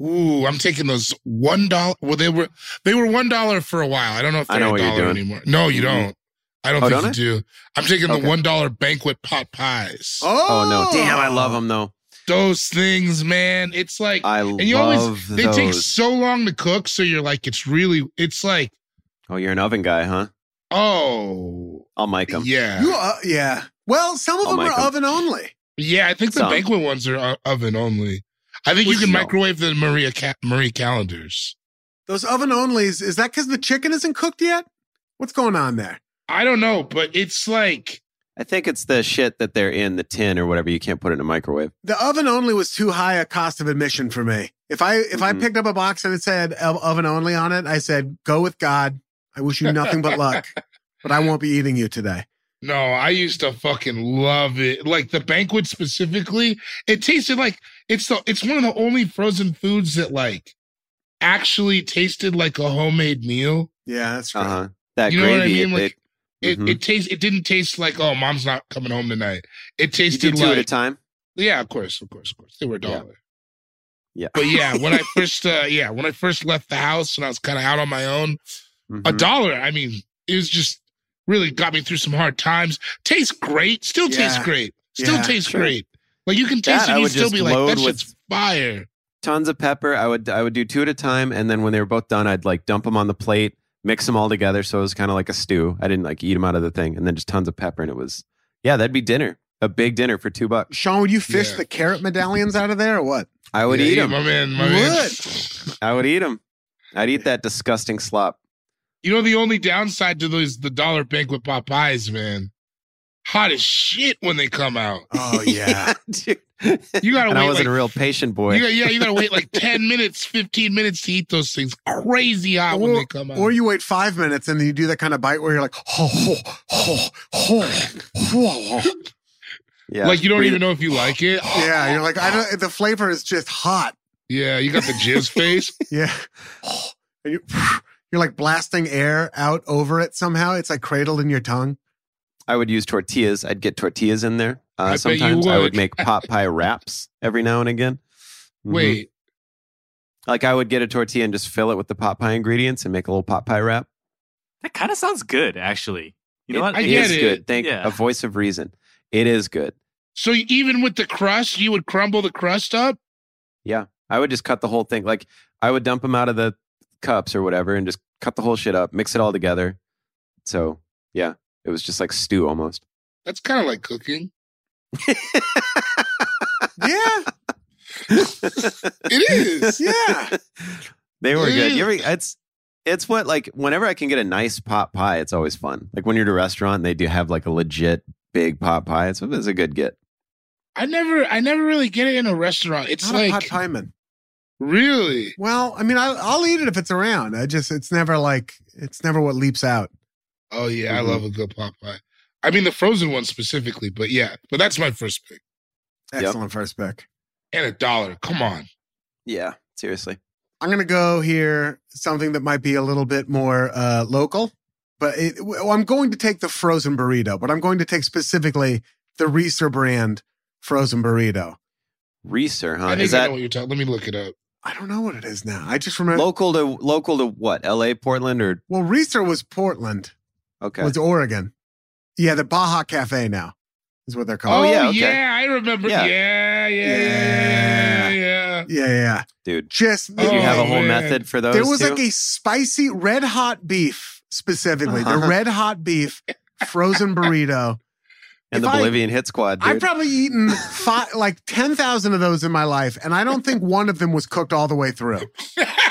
Ooh, I'm taking those one dollar. Well, they were they were one dollar for a while. I don't know if I they're know a what you're dollar doing. anymore. No, you don't. I don't Oh, think don't you do. I'm taking Okay. the one dollar banquet pot pies. Oh no! Damn, I love them though. Those things, man. It's like I and you love always they those. take so long to cook, so you're like, it's really, it's like, oh, you're an oven guy, huh? oh I'll mic them. yeah, You, uh, yeah. Well, some of I'll them make are 'em. oven only. yeah. I think the Some. banquet ones are o- oven only. I think you Which- can no. microwave the Maria Ca- Marie calendars. Those oven onlys, is that because the chicken isn't cooked yet? What's going on there? I don't know, but it's like I think it's the shit that they're in the tin or whatever. You can't put it in a microwave. The oven only was too high a cost of admission for me. If I if I Mhm. picked up a box and it said o- oven only on it, I said, "Go with God. I wish you nothing but luck, but I won't be eating you today." no, I used to fucking love it. Like the banquet specifically, it tasted like it's the it's one of the only frozen foods that like actually tasted like a homemade meal. Yeah, that's true. Uh huh. That You know what I gravy. mean? it- Like, It Mhm. it tastes it didn't taste like oh mom's not coming home tonight. It it- you tasted did two at a like time. yeah, of course, of course, of course. They were a dollar. Yeah. But yeah, <laughs> when I first uh yeah, when I first left the house and I was kind of out on my own, a Mhm. dollar. I mean, it was just really got me through some hard times. Tastes great. Still tastes Yeah. great. Still Yeah, tastes sure. great. Like you can taste That it I and you would still just be like, load that with- shit's fire. Tons of pepper. I would I would do two at a time, and then when they were both done, I'd like dump them on the plate, mix them all together, so it was kind of like a stew. I didn't like eat them out of the thing, and then just tons of pepper, and it was yeah, that'd be dinner, a big dinner for two bucks. Sean, would you fish Yeah. the carrot medallions out of there or <laughs> what? I would Yeah, eat yeah, them. My man, my You man. I would eat them. I'd eat that disgusting slop. You know the only downside to those the dollar banquet pot pies, man. Hot as shit when they come out. Oh yeah. <laughs> dude. You gotta <laughs> and I wait wasn't like- a real patient boy. You got, yeah, you gotta wait <laughs> like ten minutes, fifteen minutes to eat those things. Crazy hot when they come out. or you wait five minutes and then you do that kind of bite where you're like, ho, ho, ho, ho, ho, ho. yeah, like you don't Breathe- even know if you like <laughs> it. yeah, you're like, I don't. The flavor is just hot. Yeah, you got <laughs> the jizz face. Yeah, <laughs> and you, <laughs> you're like blasting air out over it somehow. It's like cradled in your tongue. I would use tortillas. I'd get tortillas in there. I Uh, bet you sometimes I would. would make pot pie wraps every now and again. Mhm. Wait, like I would get a tortilla and just fill it with the pot pie ingredients and make a little pot pie wrap. <laughs> That kind of sounds good, actually. You know what? I It get is it. good. Thank Yeah. a voice of reason. It is good. So even with the crust, you would crumble the crust up. I would just cut the whole thing. Like I would dump them out of the cups or whatever and just cut the whole shit up, mix it all together. So yeah, it was just like stew almost. That's kind of like cooking. Yeah, It <laughs> is. yeah. <laughs> They were good. You Yeah. ever, it's it's what like whenever I can get a nice pot pie, it's always fun. Like when you're at a restaurant, and they do have like a legit big pot pie. It's, it's a good get. I never, I never really get it in a restaurant. It's Not a pot like pie man. really. Well, I mean, I, I'll eat it if it's around. I just, it's never like, it's never what leaps out. Oh yeah, Mm-hmm. Mhm. I love a good pot pie. I mean the frozen one specifically, but yeah, but that's my first pick. Yep. Excellent first pick. And a dollar. Come on. Yeah, seriously. I'm going to go here something that might be a little bit more uh, local, but it, well, I'm going to take the frozen burrito, but I'm going to take specifically the Reeser brand frozen burrito. Reeser, huh? I think Uh, Is I that know what you're talking. Let me look it up. I don't know what it is now. I just remember. local to local to what? L.A., Portland, or well, Reeser was Portland, okay? was Oregon. Yeah, the Baja Cafe now is what they're Oh, called. yeah, okay. yeah, I remember. Yeah. Yeah, yeah, yeah, Yeah. yeah. yeah. <laughs> Yeah, yeah, yeah. Dude, Just did you have a Oh, whole man. method for those? there was two? like a spicy red hot beef specifically the <laughs> Uh-huh. red hot beef frozen burrito and the if I- Bolivian Hit Squad, dude. i've probably eaten five, like 10,000 of those in my life and i don't think one of them was cooked all the way through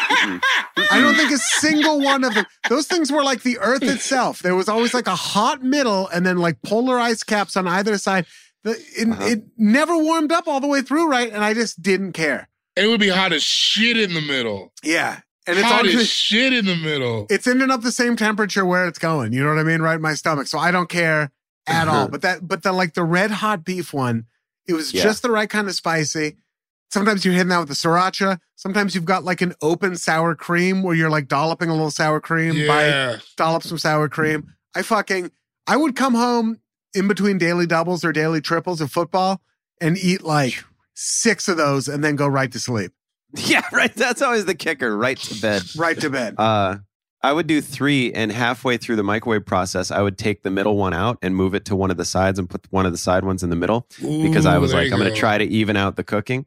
i don't think a single one of them those things were like the earth itself there was always like a hot middle and then like polarized caps on either side the, it, Uh-huh. it never warmed up all the way through right and i just didn't care It would be hot as shit in the middle. yeah and And it's hot always as shit in the middle. it's ending up the same temperature where it's going. You know what I mean? Right in my stomach. So I don't care at all. But that, but the like the red hot beef one, it was Yeah. just the right kind of spicy. Sometimes you're hitting that with the sriracha. Sometimes you've got like an open sour cream where you're like dolloping a little sour cream by yeah. dollop some sour cream. I fucking I would come home in between daily doubles or daily triples of football and eat like six of those and then go right to sleep. <laughs> yeah, right. That's always the kicker. Right to bed. Right to bed. Uh, I would do three, and halfway through the microwave process, I would take the middle one out and move it to one of the sides and put one of the side ones in the middle because I Ooh, was there like, you I'm going go. to try to even out the cooking.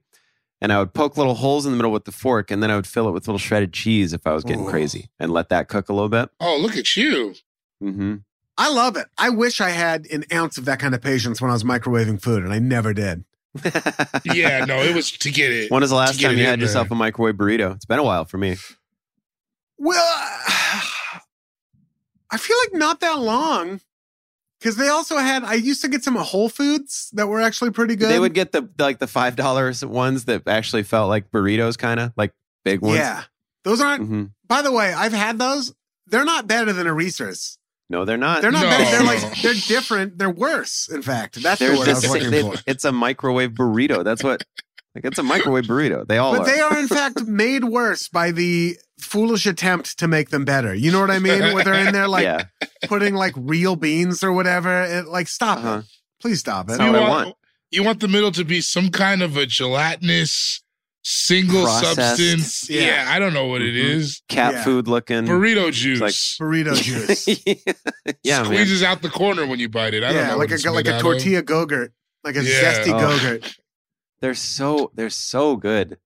And I would poke little holes in the middle with the fork, and then I would fill it with little shredded cheese if I was getting Ooh. crazy and let that cook a little bit. Oh, look at you. hmm I love it. I wish I had an ounce of that kind of patience when I was microwaving food, and I never did. yeah, no, it was to get it. When was the last get time it you in had there. yourself a microwave burrito? It's been a while for me. Well, <sighs> I feel like not that long because they also had. I used to get some at Whole Foods that were actually pretty good. They would get the like the five dollars ones that actually felt like burritos, kind of like big ones. yeah, those aren't. hmm By the way, I've had those. They're not better than a Reese's. No, they're not. They're not No. better. They're like they're different. They're worse. In fact, that's They're the word I just- was looking they- for. It's a microwave burrito. That's what. Like it's a microwave burrito. They all But are. they are in fact made worse by the foolish attempt to make them better. You know what I mean? Where they're in there like <laughs> yeah. putting like real beans or whatever. It, like stop Uh-huh. it. Please stop it. That's all I want. You want the middle to be some kind of a gelatinous single Processed. substance. Yeah. Yeah. I don't know what it Mhm. is. Cat Yeah. food looking. Burrito juice. <laughs> Burrito juice. <laughs> yeah, man. squeezes out the corner when you bite it. I don't yeah, know. like what it's a like made a out of. tortilla gogurt, like a Yeah. zesty Oh. gogurt. They're so they're so good.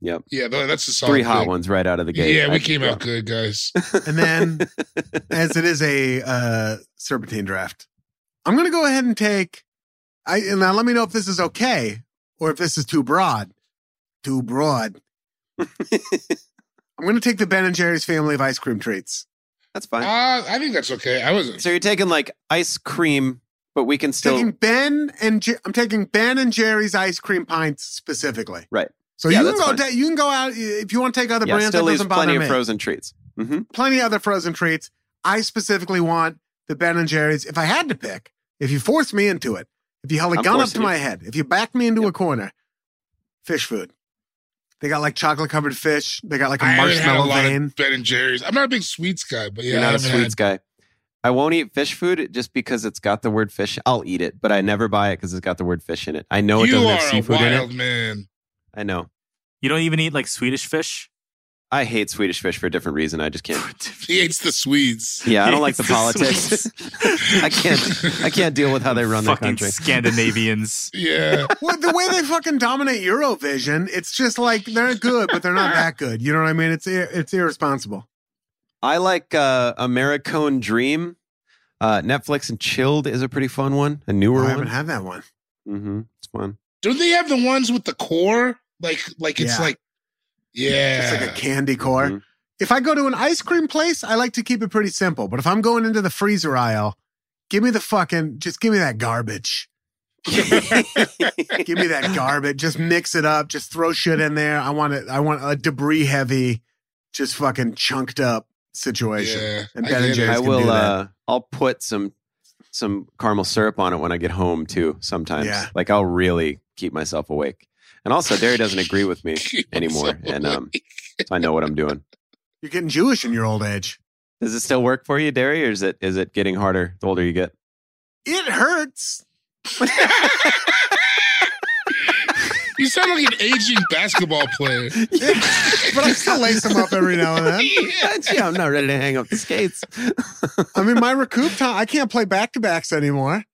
Yep. Yeah, tha- that's a solid Three hot pick. ones right out of the gate. Yeah, we I- came out good, guys. And then, <laughs> as it is a uh, serpentine draft, I'm gonna go ahead and take. I and now let me know if this is okay or if this is too broad. Too <laughs> broad. I'm gonna take the Ben and Jerry's family of ice cream treats. That's Uh, fine. I think that's okay. I wasn't. so you're taking like ice cream, but we can still taking Ben and Jer- I'm taking Ben and Jerry's ice cream pints specifically. Right. So Yeah, you can that's go. fine. Ta- you can go out if you want to take other yeah, brands. still That leaves doesn't bother plenty me. of frozen treats. hmm plenty of other frozen treats. I specifically want the Ben and Jerry's. If I had to pick, if you forced me into it, if you held a I'm gun up forcing to you. my head, if you backed me into Yep. a corner, fish food. They got like chocolate covered fish. They got like a I haven't had a marshmallow lot vein. <laughs> of Ben and Jerry's. I'm not a big sweets guy, but yeah, You're I not a haven't sweets guy. I won't eat fish food just because it's got the word fish. I'll eat it, but I never buy it because it's got the word fish in it. I know had- it you doesn't are have a seafood in wild it. man. I know. You don't even eat like Swedish fish. <laughs> I hate Swedish fish for a different reason. I <laughs> just can't. He hates the Swedes. Yeah, I don't like <laughs> hates the the politics. <laughs> I can't. I can't deal with how they run the Fucking country. Scandinavians. <laughs> Yeah, well, the way they fucking dominate Eurovision, it's just like they're good, but they're not that good. You know what I mean? It's ir- it's irresponsible. I like uh, Americone Dream. Uh, Netflix and Chilled is a pretty fun one. A newer I one. haven't had that one. mm-hmm. It's fun. don't they have the ones with the core? Like, like it's Yeah. like, yeah, Mm-hmm. It's like a candy core. Mhm. If I go to an ice cream place, I like to keep it pretty simple. But if I'm going into the freezer aisle, give me the fucking, just give me that garbage. Give me <laughs> that garbage. Just mix it up. Just throw shit in there. I want it. I want a debris heavy, just fucking chunked up situation. yeah. And I Ben and get it. Jerry's I can do will. that. Uh, I'll put some some caramel syrup on it when I get home too. Sometimes, Yeah. like I'll really keep myself awake. And also, Derry doesn't agree <laughs> with me <laughs> Keep anymore, myself and um, so I know what I'm doing. You're getting Jewish in your old age. Does it still work for you, Derry, or is it is it getting harder the older you get? It <laughs> hurts. you sound like an aging basketball <laughs> player. <laughs> but I still <laughs> lace them up every now and then. yeah, I'm not ready to hang up the skates. I mean, my recoup time, I can't play back to backs anymore.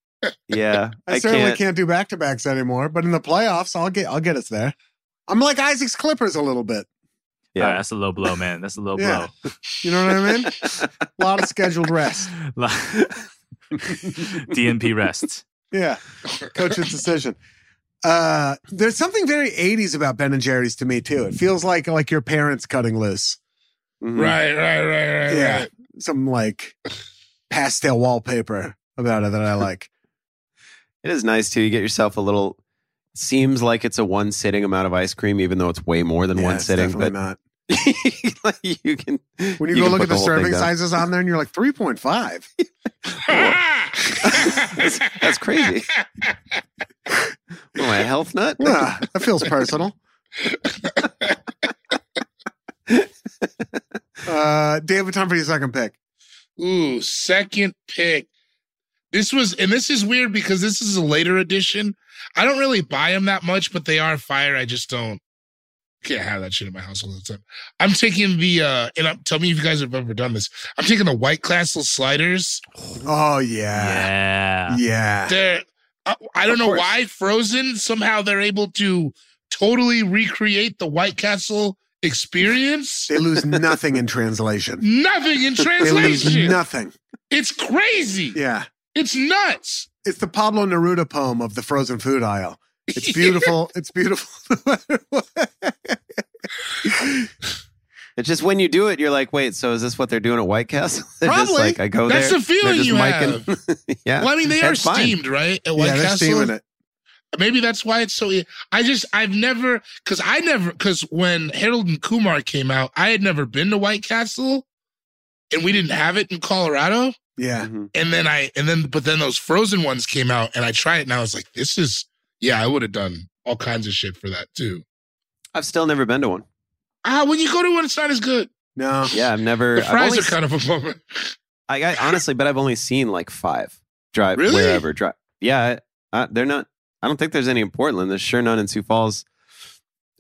yeah, I, certainly can't. do back to backs anymore. But in the playoffs, I'll get I'll get us there. I'm like Isaac's Clippers a little bit. All right, <laughs> Yeah. that's a low blow, man. That's a low Yeah. blow. You know what I <laughs> mean? a lot of scheduled rest. <laughs> Like- <laughs> DNP rest. Yeah, coach's decision. Uh, there's something very 80s about Ben and Jerry's to me too. It feels like like your parents cutting loose. Mhm. right, right, right, right, Yeah, right. some like pastel wallpaper about it that I like. It is nice too. You get yourself a little. Seems like it's a one sitting amount of ice cream, even though it's way more than Yeah, one it's sitting. definitely But not. like, <laughs> you can When you, can go look put at the, whole thing serving down. sizes on there, and you're like 3.5. <laughs> that's, <laughs> that's crazy. What Am I a health nut? Yeah, that feels personal. <laughs> uh, David, time for your second pick. Ooh, second pick. This was, and this is weird because this is a later edition. I don't really buy them that much, but they are fire. I just don't can't have that shit in my house all the time. I'm taking the uh and I'm, tell me if you guys have ever done this. I'm taking the White Castle sliders. Oh Ah. yeah, Yeah. yeah. They're I, I don't Of know course. why Frozen somehow they're able to totally recreate the White Castle experience. They lose nothing in translation. <laughs> Nothing in They lose translation. nothing. It's crazy. Yeah, It's nuts. it's the Pablo Neruda poem of the frozen food aisle. <laughs> It's beautiful. It's beautiful. <laughs> no matter what. It's just when you do it, you're like, wait, so is this what they're doing at White Castle? <laughs> They're just Probably. like I go That's there. the feeling they're just you micing- <laughs> yeah. Well, I mean, they are That's fine. steamed, right? At White yeah, they're Castle? steaming it. maybe that's why it's so. e, I just I've never because I never because when Harold and Kumar came out, I had never been to White Castle, and we didn't have it in Colorado. Yeah. Mhm. And then I and then but then those frozen ones came out, and I tried it, and I was like, this is yeah, I would have done all kinds of shit for that too. I've still never been to one. Ah, when you go to one, it's not as good. No. Yeah, I've never. The I've fries only are kind of a bummer. I, I honestly, but I've only seen like five drive Really? wherever drive. Yeah, I, I, they're not. I don't think there's any in Portland. There's sure none in Sioux Falls.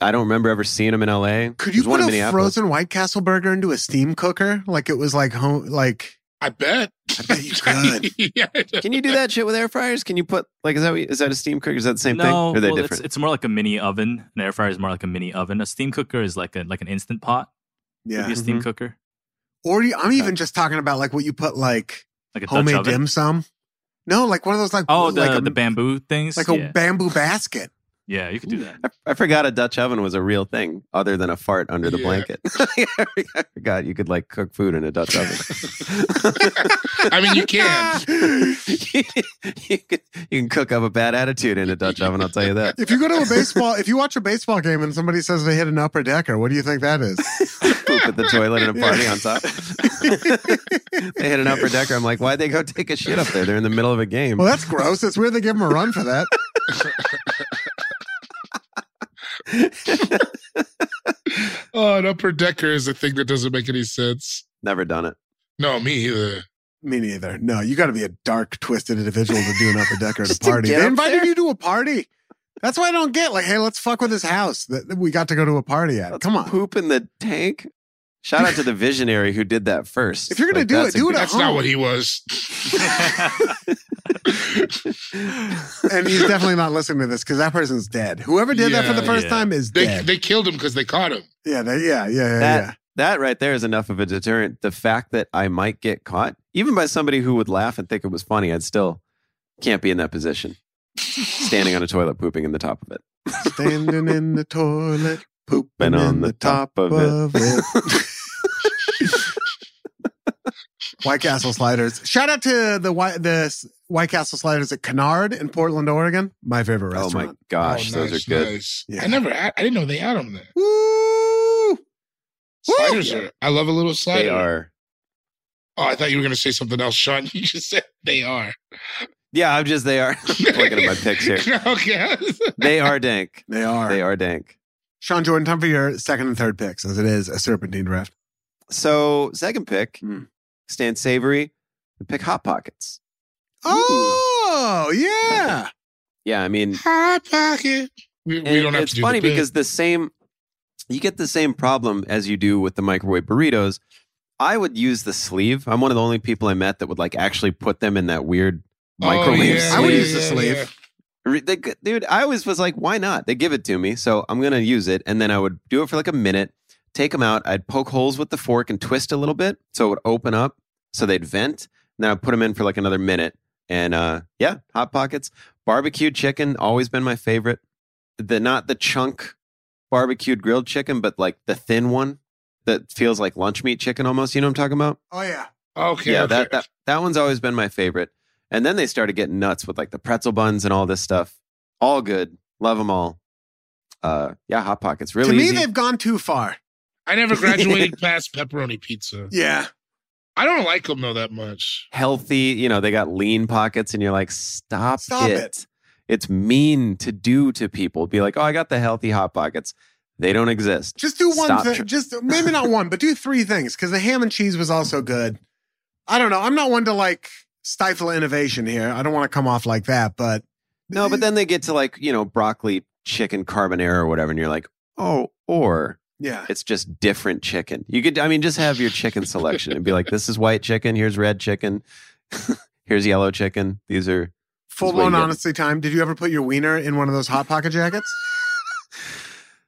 I don't remember ever seeing them in L.A. Could you There's one put in a Minneapolis. frozen White Castle burger into a steam cooker? Like it was like home, <laughs> like I bet. I bet you could. <laughs> yeah, I know. Can you do that shit with air fryers? Can you put like is that is that a steam cooker? Is that the same thing? no, Or Are they well, it's, different? it's more like a mini oven. An air fryer is more like a mini oven. A steam cooker is like a like an instant pot. Could be yeah. a steam Mhm. cooker, Or you, I'm even just talking about like what you put like like a Dutch homemade oven. dim sum. No, like one of those like Oh, the like a, the bamboo things. like a yeah. bamboo basket. yeah, you could do that. I, I forgot a Dutch oven was a real thing, other than a fart under the Yeah. blanket. <laughs> I forgot you could like cook food in a Dutch <laughs> oven. I mean, you can. you, can, <laughs> you can cook up a bad attitude in a Dutch oven. I'll tell you that. If you go to Oh, a baseball, if you watch a baseball game and somebody says they hit an upper decker, what do you think that is? poop at the toilet and a party on top. <laughs> they hit an upper decker. I'm like, why'd they go take a shit up there? They're in the middle of a game. Well, that's gross. It's weird they give them a run for <laughs> that. Oh, an upper decker is a thing that doesn't make any sense. Never done it. No, me either. Me neither. No, you got to be a dark, twisted individual to do an <laughs> upper decker at a Just to party. get They up invited there? you to a party. That's why I don't get like, hey, let's fuck with his house that that we got to go to a party at. Let's Come <laughs> on. Poop in the tank. Shout out to the visionary who did that first. If you're gonna do it, that's a do it good- at That's not home. what he was. <laughs> And he's definitely not listening to this because that person's dead. Whoever did that for the Yeah, first yeah. time is They dead. they killed him because they caught him. yeah, they, yeah, yeah, yeah, That- yeah. That right there is enough of a deterrent. The fact that I might get caught, even by somebody who would laugh and think it was funny, I'd still can't be in that position. Standing on a toilet, pooping in the top of it. Standing in the toilet, pooping Been on the top, of it. <laughs> Oh White Castle sliders. Shout out to the White the S- White Castle sliders at Kennard in Portland, Oregon. My favorite oh my restaurant. gosh, Oh, those nice, are good. nice. Yeah. I never, had, I didn't know they had them there. Woo! Sliders Yeah. are. I love a little slider. They are. Oh, I thought you were gonna say something else, Sean. <laughs> You just said they are. Yeah, I'm just they <laughs> are. <laughs> I'm looking at my pics here. okay. They are dank. <laughs> They are. They are dank. Sean Jordan, time for your second and third picks, as it is a serpentine draft. So second pick, Hmm. Stan Savory, we pick Hot Pockets. Oh yeah. Yeah, I mean, Hot pocket. We, we and don't have it's to do funny the bit. because the same, you get the same problem as you do with the microwave burritos. I would use the sleeve. I'm one of the only people I met that would like actually put them in that weird Oh, microwave <laughs> yeah, sleeve. I would use the yeah, sleeve. yeah. Re- They, g- dude, I always was like, why not? They give it to me, so I'm gonna use it, and then I would do it for like a minute, take them out, I'd poke holes with the fork and twist a little bit, so it would open up, so they'd vent. And then I'd put them in for like another minute, and uh, yeah, hot pockets, barbecued chicken, always been my favorite. The not the chunk barbecued grilled chicken, but like the thin one that feels like lunch meat chicken almost. You know what I'm talking about? Oh yeah. Okay. yeah, okay. that, that that one's always been my favorite. And then they started getting nuts with like the pretzel buns and all this stuff. All good, love them all. Uh, yeah, hot pockets really to me, easy. they've gone too far. I never <laughs> graduated past pepperoni pizza. Yeah. I don't like them though that much. Healthy, you know, they got lean pockets, and you're like, stop, Stop it. it. It's mean to do to people. Be like, oh, I got the healthy hot pockets. They don't exist. Just do one Stop thing. tr- just maybe not one, but do three things because the ham and cheese was also good. I don't know. I'm not one to like stifle innovation here. I don't want to come off like that, but No, but then they get to like you know broccoli chicken carbonara or whatever, and you're like, oh, or yeah. it's just different chicken. You could, I mean, just have your chicken selection and be like, this is white chicken, here's red chicken, <laughs> here's yellow chicken. These are, Full That's what you blown get. honesty time. Did you ever put your wiener in one of those hot pocket jackets?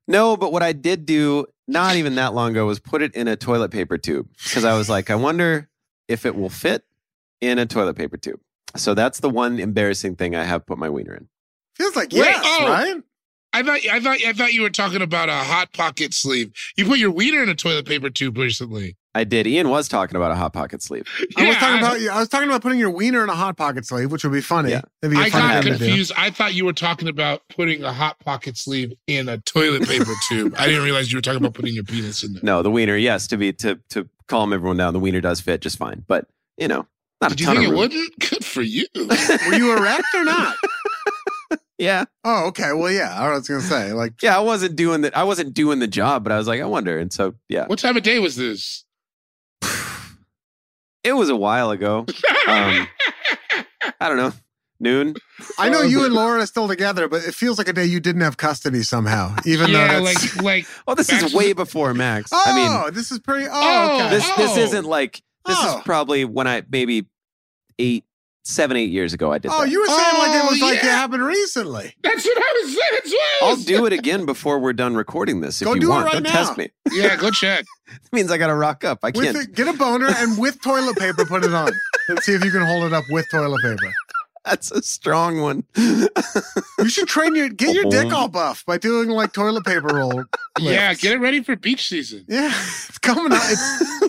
no, but what I did do not even that long ago was put it in a toilet paper tube because I was like, I wonder if it will fit in a toilet paper tube. So that's the one embarrassing thing I have put my wiener in. Feels like Wait, yes, oh. right? I thought I thought I thought you were talking about a hot pocket sleeve. You put your wiener in a toilet paper tube recently. I did. Ian was talking about a hot pocket sleeve. I was Yeah, talking about I was talking about putting your wiener in a hot pocket sleeve, which would be funny. Yeah. That'd be a I fun got thing to do. confused. I thought you were talking about putting a hot pocket sleeve in a toilet paper tube. I didn't realize you were talking about putting your penis in there. No, the wiener. Yes, to be to to calm everyone down. The wiener does fit just fine, but you know, not Did a you ton think of it room. wouldn't? Good for <laughs> you. Were you erect or not? Yeah, Oh, okay. Well, yeah. I was gonna say like yeah. I wasn't doing that. I wasn't doing the job, but I was like, I wonder. And so, yeah, What time of day was this? it was a while ago. <laughs> Um, I don't know, noon. I know <laughs> you and Laura are still together, but it feels like a day you didn't have custody somehow, even yeah, though that's. like like Oh, this Back is to way the- before Max. oh, I this is pretty. Oh, Oh, mean, okay. this this oh. isn't like this Oh. is probably when I maybe eight, seven, eight years ago. I did. oh, that. you were saying like it was Oh, like it yeah. happened recently. that's what I was saying. That's what I I'll was- do <laughs> it again before we're done recording this. If Go you do it want, right don't now. test me. <laughs> It Yeah, <laughs> go check. means I got to rock up. I With can't. it, get a boner and with toilet paper, put it <laughs> on and see if you can hold it up with toilet paper. That's a strong one. <laughs> You should train your get your dick all buff by doing like toilet paper <laughs> roll. Yeah, get it ready for beach season. Yeah, it's coming up. It's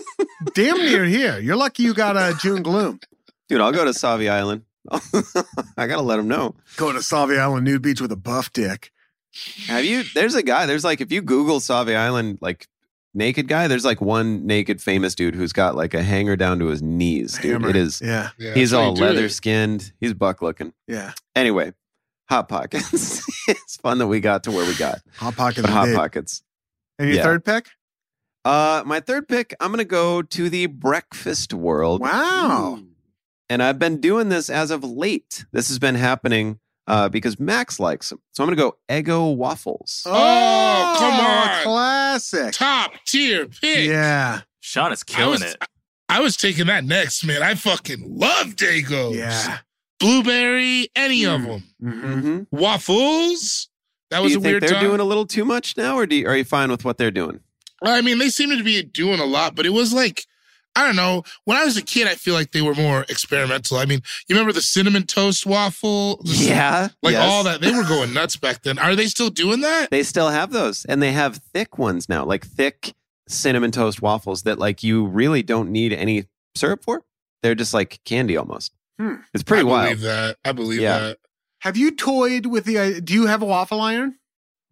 damn near here. You're lucky you got a June gloom. Dude, I'll go to Savvy Island. <laughs> I gotta let him know. Go to Savvy Island Nude Beach with a buff dick. Have you? There's a guy. There's like if you Google Savvy Island, like naked guy. There's like one naked famous dude who's got like a hanger down to his knees. <laughs> Dude, Hammer. it is. Yeah, Yeah, he's that's how all you do leather it. skinned. He's buck looking. yeah. Anyway, hot pockets. <laughs> it's fun that we got to where we got. Hot pockets. But hot babe. pockets. And your yeah. third pick? Uh, my third pick. I'm gonna go to the breakfast world. Wow. and I've been doing this as of late. This has been happening uh, because Max likes them. So I'm going to go Eggo waffles. Oh, come on. Classic. Top tier pick. Yeah. Sean is I was, killing it. I was taking that next, man. I fucking love Dagos. Yeah. Blueberry, any of Mm. them. Mhm. Mm-hmm. Waffles. That Hmm. Do was you a think weird they're time. doing a little too much now, or do you, are you fine with what they're doing? Well, I mean, they seemed to be doing a lot, but it was like, I don't know. When I was a kid, I feel like they were more experimental. I mean, you remember the cinnamon toast waffle? The cin- Like Yes. all that. They were going nuts back then. Are they still doing <laughs> that? They still have those, and they have thick ones now, like thick cinnamon toast waffles that like you really don't need any syrup for. They're just like candy almost. Hmm. It's pretty I wild. believe that. I believe Yeah. that. Have you toyed with the? Uh, do you have a waffle iron?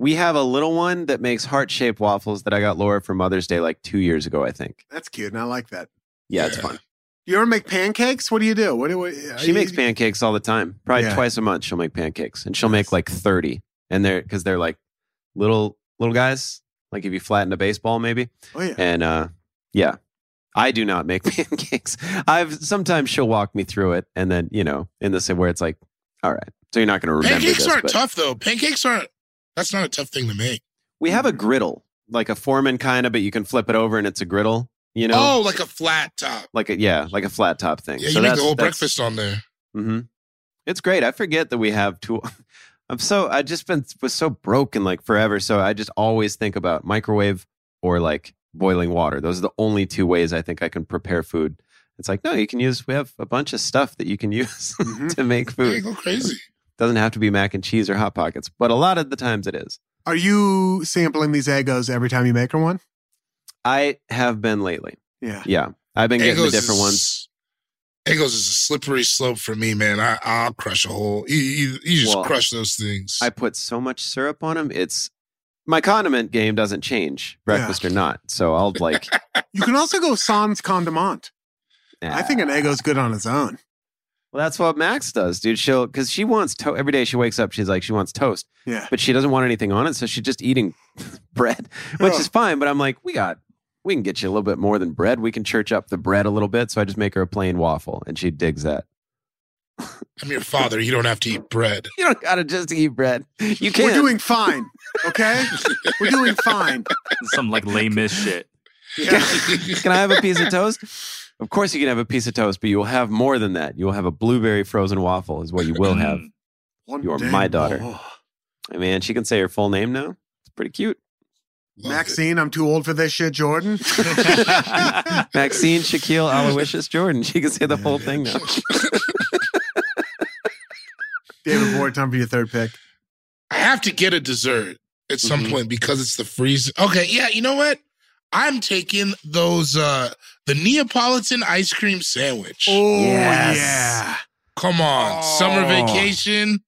We have a little one that makes heart shaped waffles that I got Laura for Mother's Day like two years ago, I think. That's cute, and I like that. Yeah, it's Yeah. fun. You ever make pancakes? What do you do? What do what, She pancakes. makes pancakes all the time. Probably Yeah. twice a month she'll make pancakes, and she'll make like thirty. And they're because they're like little little guys, like if you flatten a baseball maybe. Oh yeah. And uh, yeah, I do not make <laughs> pancakes. I've sometimes she'll walk me through it, and then you know in the same where it's like, all right, so you're not going to remember Pancakes this. aren't but tough, though. Pancakes aren't, that's not a tough thing to make. we have a griddle, like a foreman kind of, but you can flip it over and it's a griddle. You know, oh, like a flat top. like a yeah, like a flat top thing. Yeah, So you make the that's- whole that's- breakfast on there. Mm-hmm. It's great. I forget that we have two. <laughs> I'm so I just been was so broken like forever. So I just always think about microwave or like boiling water. Those are the only two ways I think I can prepare food. It's like no, you can use. We have a bunch of stuff that you can <laughs> use Mhm. to make They food. go crazy. Doesn't have to be mac and cheese or hot pockets, but a lot of the times it is. Are you sampling these egos every time you make her one? I have been lately. Yeah. Yeah, I've been getting the Eggos different is- ones. Eggos is a slippery slope for me, man. I, I'll crush a whole. You, you, you just Well, crush those things. I put so much syrup on them. It's my condiment game doesn't change, breakfast or not. So I'll like. You can also go sans condiment. <laughs> I think an eggo's good on its own. Well, that's what Max does, dude. She'll because she wants to every day she wakes up, she's like, she wants toast, Yeah. but she doesn't want anything on it, so she's just eating <laughs> bread, which Ugh. is fine. But I'm like, we got we can get you a little bit more than bread. We can church up the bread a little bit. So I just make her a plain waffle and she digs that. <laughs> I'm your father. You don't have to eat bread. <laughs> You don't gotta just eat bread. You can We're doing fine. <laughs> Okay. We're doing fine. Some like lame miss shit. <laughs> Yeah. Can I have <laughs> a piece of toast? Of course you can have a piece of toast, but you will have more than that. You will have a blueberry frozen waffle, is what you will have. Mm. One You are day my daughter. more. I mean, she can say her full name now. It's pretty cute. Love it. Maxine, I'm too old for this shit, <laughs> Jordan. <laughs> Maxine, Shaquille, Aloysius, Jordan. She can say the whole thing now. David Ward, time for your third pick. I have to get a dessert at some Mhm. point because it's the freeze. Okay, yeah, you know what? I'm taking those uh the Neapolitan ice cream sandwich. Oh Yes. yeah. Come on, summer Oh. vacation,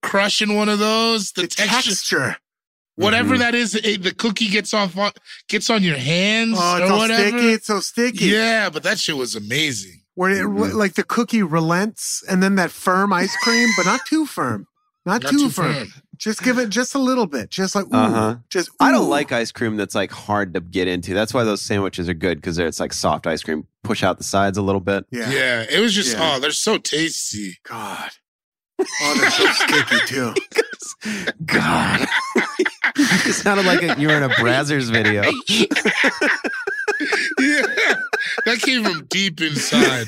crushing one of those. The, The texture, texture. whatever Mhm. that is, it, the cookie gets off on, gets on your hands Oh, <laughs> or it's so whatever. sticky. It's so sticky. Yeah, but that shit was amazing. Where it, Mhm. like the cookie relents and then that firm ice cream, but not too firm. Not, too, firm. Just give it just a little bit. Just like ooh. Uh-huh. Just I don't ooh. like ice cream that's like hard to get into. That's why those sandwiches are good because it's like soft ice cream. Push out the sides a little bit. Yeah. Yeah. it was just Yeah. oh, they're <laughs> so tasty. <laughs> God. Oh, they're so sticky too. <laughs> God, you sounded like a, you were in a Brazzers <laughs> video. yeah, that came from <laughs> deep inside.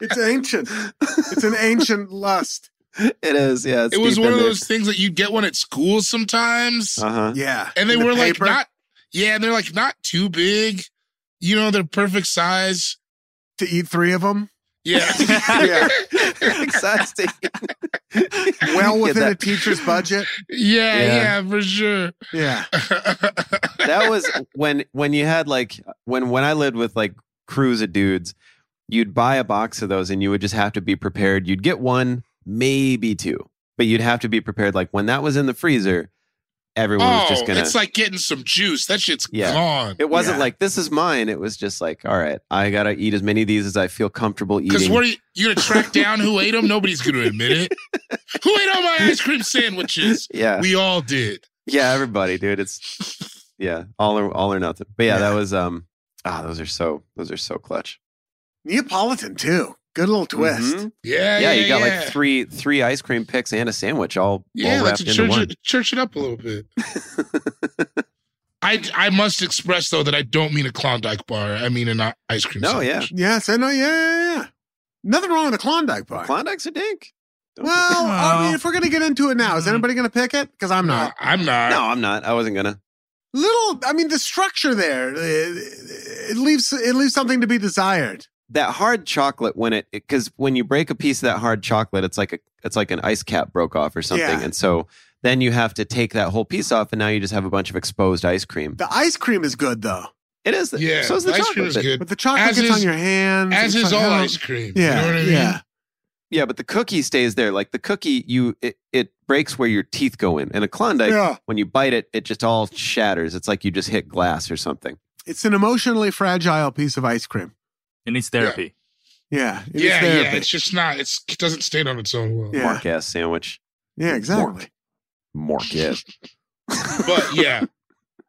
It's ancient. It's an ancient lust. It is, yeah. It's it was deep in one of there. those things that you get one at school sometimes, Uh-huh. <laughs> Yeah. and they In the were like paper. not. Yeah, and they're like not too big. You know, they're perfect size. to eat three of them. <laughs> <laughs> Yeah. Yeah. Exhausting. Well Yeah, within that- a teacher's budget. Yeah, Yeah. yeah, for sure. Yeah. <laughs> that was when when you had like when when I lived with like crews of dudes, you'd buy a box of those and you would just have to be prepared. You'd get one, maybe two, but you'd have to be prepared. Like when that was in the freezer, everyone oh, was just gonna. it's like getting some juice. That shit's Yeah. gone. it wasn't yeah. like this is mine. It was just like, all right, I gotta eat as many of these as I feel comfortable Because eating. what are you, you gonna track down who ate them? Nobody's gonna <laughs> admit it. who ate all my ice cream sandwiches? yeah, We all did. yeah, everybody, dude. It's yeah, all or all or nothing. But yeah, Yeah. that was um. Ah, those are so those are so clutch. Neapolitan too. Good little Mm-hmm. twist. Mhm. Yeah, yeah, you got yeah. like three three ice cream picks and a sandwich all, Yeah, all wrapped let's into church one. it, church it up a <laughs> little bit. I I must express though that I don't mean a Klondike bar. I mean an i- ice cream. No, sandwich. Yes, I know. Yeah, yeah, yeah. Nothing wrong with the Klondike bar. Klondike's a dink. Don't you well, I Well. mean, if we're gonna get into it now, is Mm. Mm-hmm. anybody gonna pick it? Because I'm no, not. I'm not. think- no, I'm not. I wasn't gonna. Little, I mean, the structure there uh, it leaves it leaves something to be desired. That hard chocolate when it because when you break a piece of that hard chocolate, it's like a it's like an ice cap broke off or something, Yeah. and so then you have to take that whole piece off, and now you just have a bunch of exposed ice cream. The ice cream is good though, It is. Yeah, so is the the ice cream chocolate is bit. good. but the chocolate As gets is- on your hands. As It's is like, all oh. ice cream. Yeah, you know what I mean. yeah. Yeah, but the cookie stays there. Like the cookie, you it, it breaks where your teeth go in, and a Klondike Yeah. when you bite it, it just all shatters. It's like you just hit glass or something. It's an emotionally fragile piece of ice cream. It needs therapy. Yeah, it is yeah, yeah, therapy. It's just not. It's, it doesn't stand on its own well. Yeah. Mark ass sandwich. yeah, exactly. Mark it. <laughs> But yeah,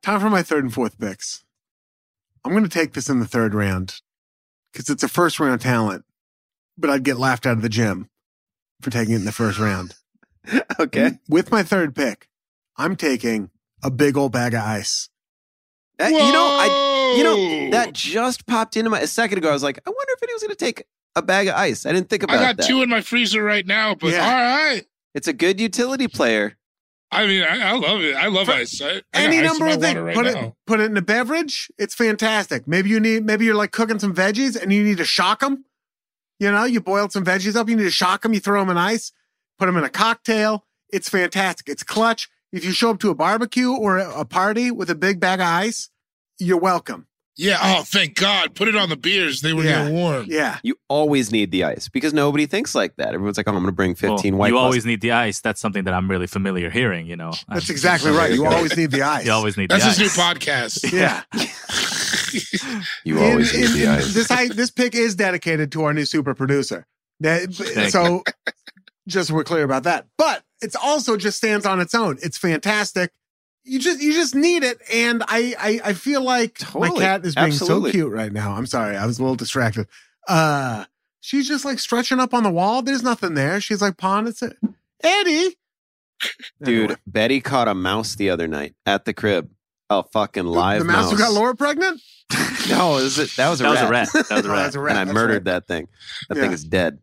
Time for my third and fourth picks. I'm going to take this in the third round because it's a first round talent, but I'd get laughed out of the gym for taking it in the first round. <laughs> okay. With my third pick, I'm taking a big old bag of ice. That- Uh, you know, I you know Whoa! that just popped into my a second ago. I was like, I wonder if anyone's going to take a bag of ice. I didn't think I about got that. two in my freezer right now, but Yeah. all right. It's a good utility player. I mean, I, I love it. I love ice. I, I Any got ice number in my of things. water Right put now. it put it in a beverage. It's fantastic. Maybe you need maybe you're like cooking some veggies and you need to shock them. You know, you boiled some veggies up. You need to shock them. You throw them in ice. Put them in a cocktail. It's fantastic. It's clutch. If you show up to a barbecue or a a party with a big bag of ice, you're welcome. Yeah. Oh, thank God. Put it on the beers. They were Yeah. getting warm. Yeah. You always need the ice because nobody thinks like that. Everyone's like, oh, I'm going to bring 15 Well, white you claws. always need the ice. That's something that I'm really familiar hearing. You know, That's I'm- exactly right. <laughs> You always need the ice. You always need That's the his new ice. podcast. <laughs> Yeah. You In- always need in- the in- ice. This I, this pick is dedicated to our new super producer. That- b- Thank so just so we're clear about that. But it's also just stands on its own. It's fantastic. You just you just need it, and I I, I feel like my Totally. cat is being Absolutely. so cute right now. I'm sorry, I was a little distracted. Uh, she's just like stretching up on the wall. There's nothing there. She's like pawn. It's a- Eddie, Dude, Anyway, Betty caught a mouse the other night at the crib. A fucking the- live the mouse who got mouse. Laura pregnant. <laughs> No, is it, that was a That rat. was <laughs> a rat. That was a Oh, rat. that's a rat. and I That's murdered that thing. That thing Yeah. is dead.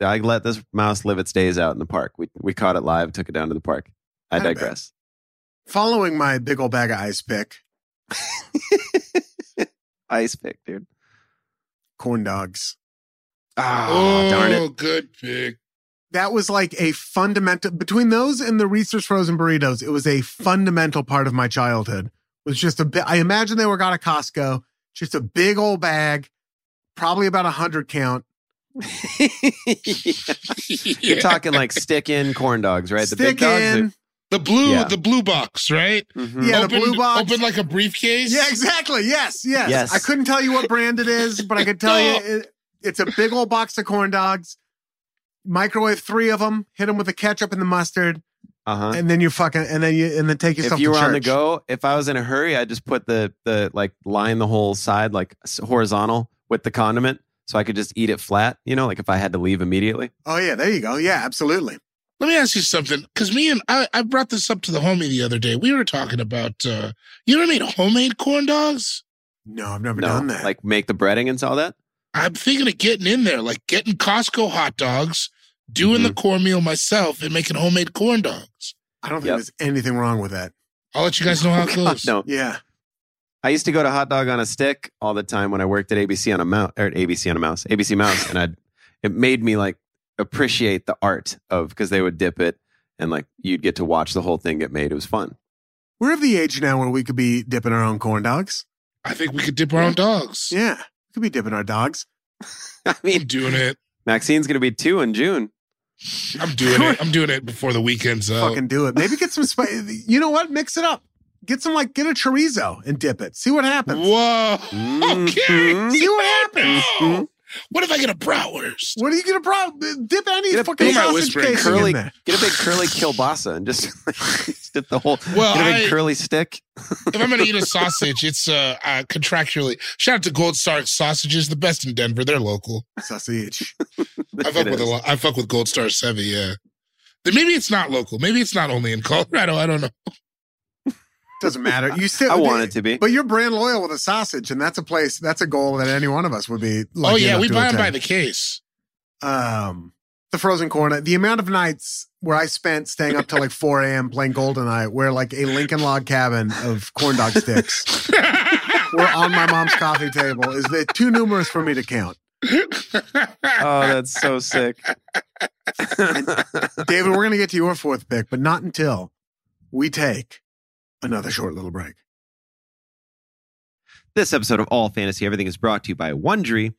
I let this mouse live its days out in the park. We we caught it live, took it down to the park. I Not bad. digress. Following my big old bag of ice pick, Ice pick, dude. corn dogs. <laughs> Ah, darn it. Oh, good pick. <laughs> that was like a fundamental between those and the Reese's frozen burritos. It was a fundamental part of my childhood. Was just a bit. I imagine they were got at Costco. Just a big old bag, probably about a hundred count. You're talking like stick in corn dogs, right? Stick big dogs. in. The blue, Yeah. the blue box, right? Mhm. Yeah, open, the blue box. Open like a <laughs> briefcase. Yeah, exactly. Yes, yes, Yes. I couldn't tell you what brand it is, but I could tell you <laughs> it, it's a big old box of corn dogs. Microwave three of them, hit them with the ketchup and the mustard, Uh-huh. and then you fucking and then you and then take yourself. If you to were on the church. go, if I was in a hurry, I'd just put the the like line the whole side like s- horizontal with the condiment so I could just eat it flat, you know, like if I had to leave immediately. Oh yeah, there you go. Yeah, absolutely. Let me ask you something, because me and I, I brought this up to the homie the other day. We were talking about uh, you ever made homemade corn dogs? No, I've never no, done that. like make the breading and all that. I'm thinking of getting in there, like getting Costco hot dogs, doing Mm-hmm. the cornmeal myself, and making homemade corn dogs. I don't think Yep. there's anything wrong with that. I'll let you guys know how it goes. <laughs> No, Yeah. I used to go to hot dog on a stick all the time when I worked at ABC on a mouse or at ABC on a mouse, ABC mouse, and I'd it made me like appreciate the art of because they would dip it and like you'd get to watch the whole thing get made. It was fun. <laughs> We're of the age now where we could be dipping our own corn dogs. I think we could dip our own dogs. Yeah. We could be dipping our dogs. I I'm mean, doing it. Maxine's gonna be two in June. I'm doing it. I'm doing it before the weekend's out. Oh. Fucking do it. Maybe get some <laughs> spice. You know what? Mix it up. Get some like get a chorizo and dip it. See what happens. Whoa. Okay. Mhm. Mm-hmm. See what happens. Mm-hmm. No. What if I get a bratwurst? What are you gonna pro- dip any Get a fucking big- Who am I sausage whispering? casing Curly, in there? get a big curly kielbasa and just <laughs> just dip the whole. Well, get a big I- curly stick. if I'm gonna <laughs> eat a sausage, it's uh, uh contractually. Shout out to Gold Star Sausages, the best in Denver. They're local. Sausage. I <laughs> fuck with a lot. I fuck with Gold Star Sevi. Yeah, Then maybe it's not local. Maybe it's not only in Colorado. I don't know. <laughs> Doesn't matter. You still I want it to be. But you're brand loyal with a sausage, and that's a place that's a goal that any one of us would be like. oh yeah, we buy them by the case. um the frozen corn the amount of nights where i spent staying up till like 4 a.m playing goldeneye where like a lincoln log cabin of corn dog sticks were on my mom's coffee table is that too numerous for me to count <laughs> Oh, that's so sick. david we're going to get to your fourth pick but not until we take another short little break This episode of All Fantasy Everything is brought to you by Wondery.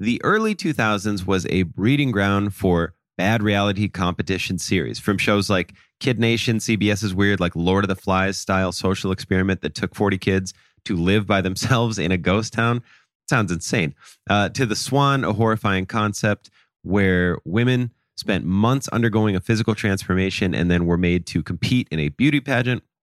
The early 2000s was a breeding ground for bad reality competition series from shows like Kid Nation, CBS's weird, like Lord of the Flies style social experiment that took 40 kids to live by themselves in a ghost town. Sounds insane. Uh, to The Swan, a horrifying concept where women spent months undergoing a physical transformation and then were made to compete in a beauty pageant.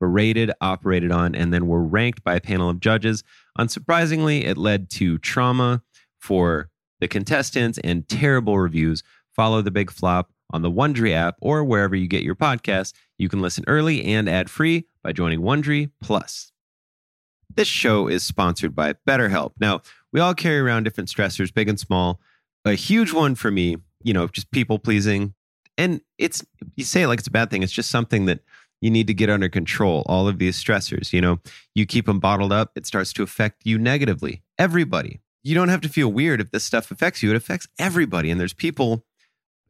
berated, operated on, and then were ranked by a panel of judges Unsurprisingly, it led to trauma for the contestants and terrible reviews. Follow the big flop on the Wondery app or wherever you get your podcasts. You can listen early and ad free by joining Wondery Plus. This show is sponsored by BetterHelp. Now, we all carry around different stressors, big and small. A huge one for me, you know, just people pleasing. And it's, you say it like it's a bad thing. It's just something that you need to get under control. All of these stressors, you know, you keep them bottled up, it starts to affect you negatively. Everybody. You don't have to feel weird if this stuff affects you. It affects everybody. And there's people,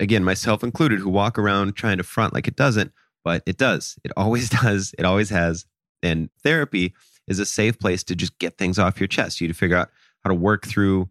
again, myself included, who walk around trying to front like it doesn't, but it does. It always <laughs> does. It always has. And therapy is a safe place to just get things off your chest. You to figure out how to work through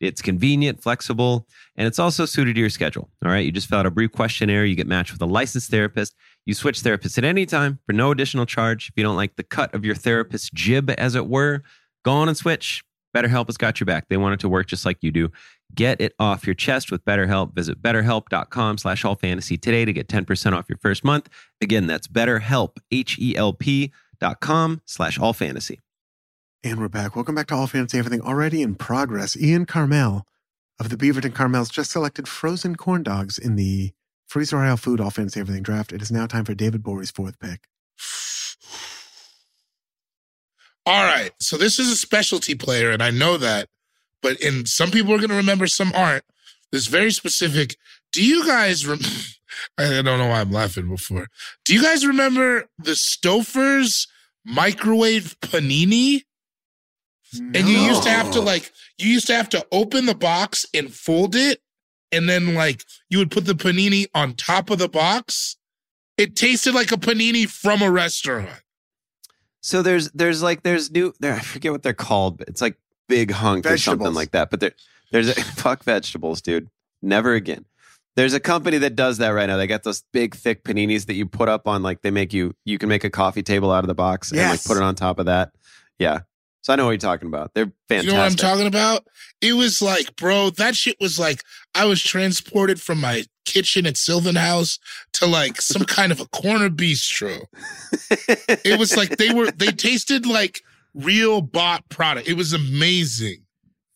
it's convenient, flexible, and it's also suited to your schedule. All right? You just fill out a brief questionnaire, you get matched with a licensed therapist. You switch therapists at any time for no additional charge. If you don't like the cut of your therapist's jib, as it were, go on and switch. BetterHelp has got your back. They want it to work just like you do. Get it off your chest with BetterHelp. Visit betterhelp.com slash allfantasy today to get 10% off your first month. Again, that's betterhelp, H-E-L-P dot com slash allfantasy. And we're back. Welcome back to All Fantasy Everything Already in Progress. Ian Carmel of the Beaverton Carmels just selected frozen corn dogs in the Freezer Isle Food All Fantasy Everything draft. It is now time for David Borey's fourth pick. All right. So this is a specialty player, and I know that, but in some people are going to remember, some aren't. This very specific. Do you guys? Rem- <laughs> I don't know why I'm laughing before. Do you guys remember the Stouffer's microwave panini? And you used to have to No. like you used to have to open the box and fold it, and then like you would put the panini on top of the box. It tasted like a panini from a restaurant. So there's there's like there's new there I forget what they're called, but it's like big hunk or something Vegetables. like that. But there there's a, <laughs> fuck vegetables, dude. Never again. There's a company that does that right now. They got those big thick paninis that you put up on like they make you you can make a coffee table out of the box and like Yes. put it on top of that. Yeah. So I know what you're talking about. They're fantastic. You know what I'm talking about? It was like, bro, that shit was like I was transported from my kitchen at Sylvan House to like some kind of a corner bistro. <laughs> It was like they were they tasted like real bought product. It was amazing.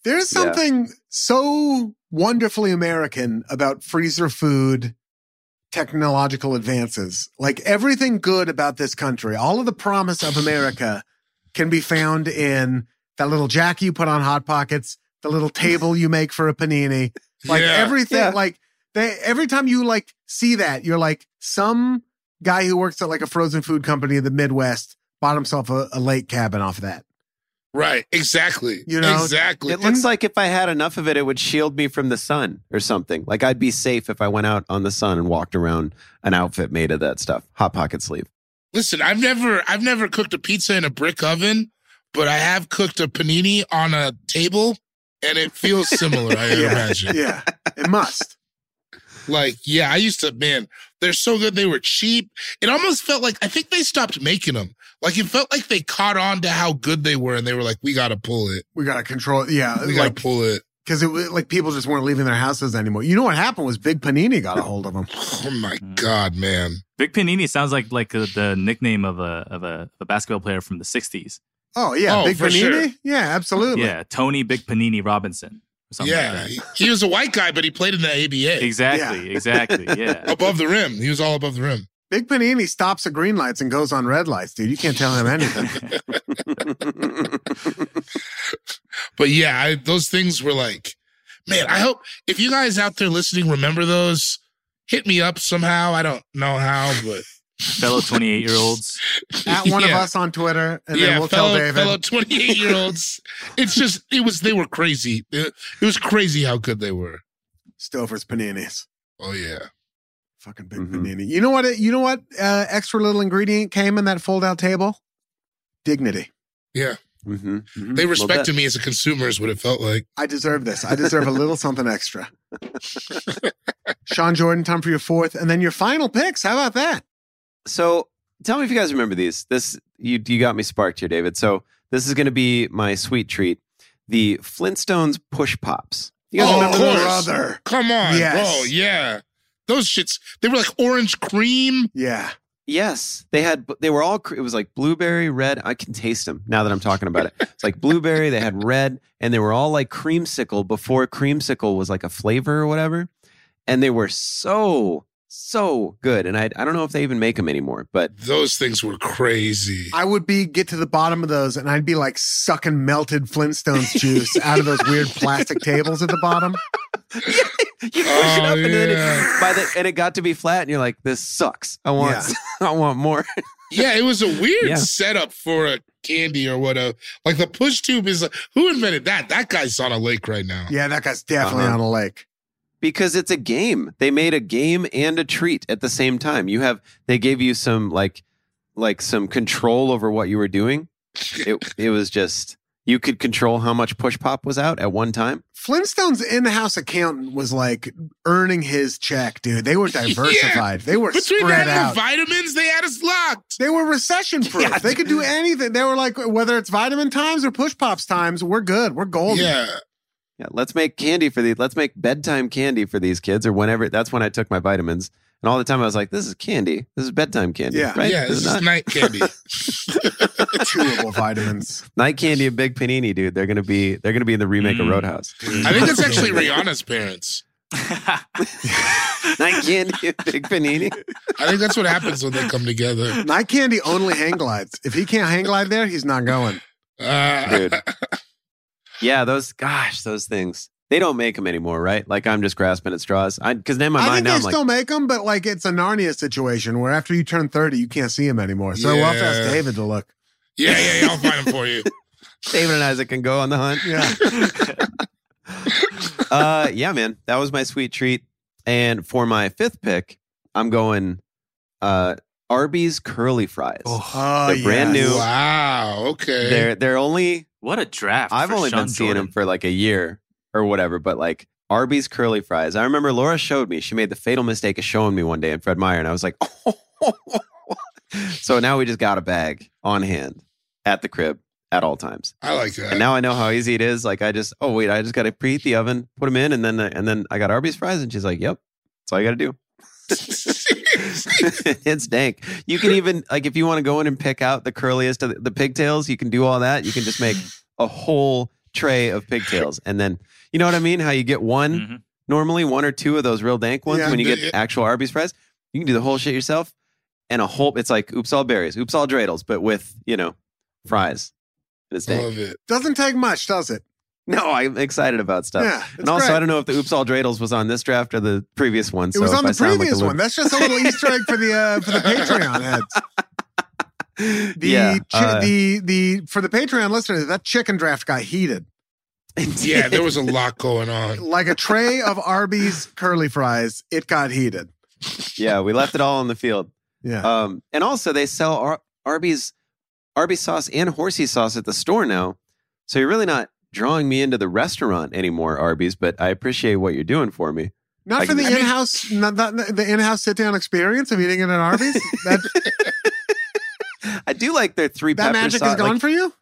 There's Yeah. something so wonderfully American about freezer food technological advances. Like everything good about this country, all of the promise of America can be found in that little jack you put on Hot Pockets, the little table you make for a <laughs> panini. Like Yeah. everything, Yeah. like they, every time you like see that, you're like some guy who works at like a frozen food company in the Midwest bought himself a, a lake cabin off of that. Right. Exactly. You know, exactly. It looks like if I had enough of it, it would shield me from the sun or something. Like I'd be safe if I went out on the sun and walked around an outfit made of that stuff. Hot pocket sleeve. Listen, I've never I've never cooked a pizza in a brick oven, but I have cooked a panini on a table and it feels similar, I Yeah. imagine. Yeah, it must. Like, yeah, I used to, man, they're so good. They were cheap. It almost felt like, I think they stopped making them. Like, it felt like they caught on to how good they were and they were like, we got to pull it. We got to control. Yeah. We got like, to pull it. because it was like people just weren't leaving their houses anymore. You know what happened was Big Panini got a hold of them. Oh my Mm. God, man. Big Panini sounds like like uh, the nickname of a of a, a basketball player from the '60s. Oh yeah, Oh, Big for Panini. sure. Yeah, absolutely. Yeah, Tony Big Panini Robinson. Or something yeah. like that. He, he was a white guy, but he played in the ABA exactly, exactly. <laughs> Yeah, above the rim. He was all above the rim. Big Panini stops at green lights and goes on red lights, dude. You can't tell him anything. <laughs> But yeah, I, those things were like, man, I hope if you guys out there listening remember those, hit me up somehow. I don't know how, but fellow 28 year olds. At one Yeah. of us on Twitter, and then we'll fellow, tell David. fellow 28 <laughs> year olds. it's just, it was, they were crazy. It, it was crazy how good they were. Stover's Paninis. Oh, yeah. Fucking Big Mm-hmm. Mhm. Panini. You know what? it- You know what? Uh, extra little ingredient came in that fold out table. Dignity. Yeah. Mm-hmm. They respected me as a consumer, is what it felt like. I deserve this. I deserve a little something <laughs> extra. Sean Jordan, time for your fourth, and then your final picks. How about that? So tell me if you guys remember these. This you you got me sparked here, David. So this is going to be my sweet treat: the Flintstones push pops. You guys Oh, remember of those? course. brother. Come on, Yes. bro. Yeah. Those shits, they were like orange cream. Yeah. Yes, they had. They were all. It was like blueberry, red. I can taste them now that I'm talking about it. It's like blueberry. They had red, and they were all like creamsicle before creamsicle was like a flavor or whatever. And they were so so good. And I I don't know if they even make them anymore, but Those things were crazy. I would be get to the bottom of those and I'd be like sucking melted Flintstones juice out of those weird <laughs> plastic tables at the bottom. <laughs> you push it Oh, up and then yeah. it, by the and it got to be flat, and you're like, this sucks. I want <laughs> I want more. Yeah, it was a weird Yeah. setup for a candy or whatever. Like the push tube is like, who invented that? That guy's on a lake right now. Yeah, that guy's definitely Uh-huh. on a lake. because it's a game. They made a game and a treat at the same time. You have they gave you some like like some control over what you were doing. It it was just You could control how much push pop was out at one time. Flintstone's in-house accountant was like earning his check, dude. <laughs> They were diversified. They were Between spread that and out. the vitamins, they had us locked. they were <laughs> recession proof. Yeah, they could do anything. They were like, whether it's vitamin times or push pops times, we're good. We're golden. Yeah. Yeah, let's make candy for these. Let's make bedtime candy for these kids or whenever. That's when I took my vitamins. And all the time I was like, this is candy. This is bedtime candy. Yeah. right? Yeah, This is this is not- night candy. <laughs> Chewable vitamins. night candy and big panini, dude. They're gonna be they're gonna be in the remake of Mm. Roadhouse. I think that's actually Rihanna's parents. night candy and big panini. I think that's what happens when they come together. Night candy only hang glides. If he can't hang glide there, he's not going. Uh, Dude. Yeah, those gosh, those things. They don't make them anymore, right? Like I'm just grasping at straws. I because in my I mind think now they I'm like, still make 'em, make them, but like it's a Narnia situation where after you turn 30, you can't see them anymore. So we'll have to ask Yeah. David to look. <laughs> yeah, yeah, yeah. I'll find them <laughs> for you. David and Isaac can go on the hunt. Yeah. <laughs> uh, yeah, man, that was my sweet treat. And for my fifth pick, I'm going uh, Arby's curly fries. Oh, They're brand yes. new. Wow. Okay. They're they're only what a draft! I've for only Sean been seeing Jordan. them for like a year or whatever, but like Arby's curly fries. I remember Laura showed me. She made the fatal mistake of showing me one day in Fred Meyer, and I was like, <laughs> oh. so now we just got a bag on hand at the crib at all times. I like that. And <laughs> now I know how easy it is. Like I just, oh wait, I just got to preheat the oven, put them in, and then and then I got Arby's fries, and she's like, "Yep, that's all you got to do." <laughs> it's dank. You can even like if you want to go in and pick out the curliest of the, the pigtails, you can do all that. You can just make a whole tray of pigtails, and then you know what I mean? How you get one Mhm. normally, one or two of those real dank ones Yeah, when you yeah. get actual Arby's fries. You can do the whole shit yourself, and a whole. It's like oops all berries, oops all dreidels, but with you know fries. And it's dank. Love it. Doesn't take much, does it? No, I'm excited about stuff. Yeah. it's and also, great. I don't know if the Oops All Dreidels was on this draft or the previous one. It was so on if I the sound like a previous lib- one. That's just a little Easter egg for the uh, for <laughs> the Patreon heads. The, yeah, chi- uh, the the for the Patreon listeners, that chicken draft got heated. <laughs> Yeah, there was a lot going on. Like a tray of Arby's curly fries, it got heated. yeah, we left it all on the field. Yeah. Um, and also, they sell Ar- Arby's Arby's sauce and horsey sauce at the store now. So you're really not drawing me into the restaurant anymore, Arby's. But I appreciate what you're doing for me. not I for the can- I mean- in-house not, not the in-house sit-down experience of eating it at <laughs> Arby's. That I do like their three that pepper magic sauce. is gone like, for you?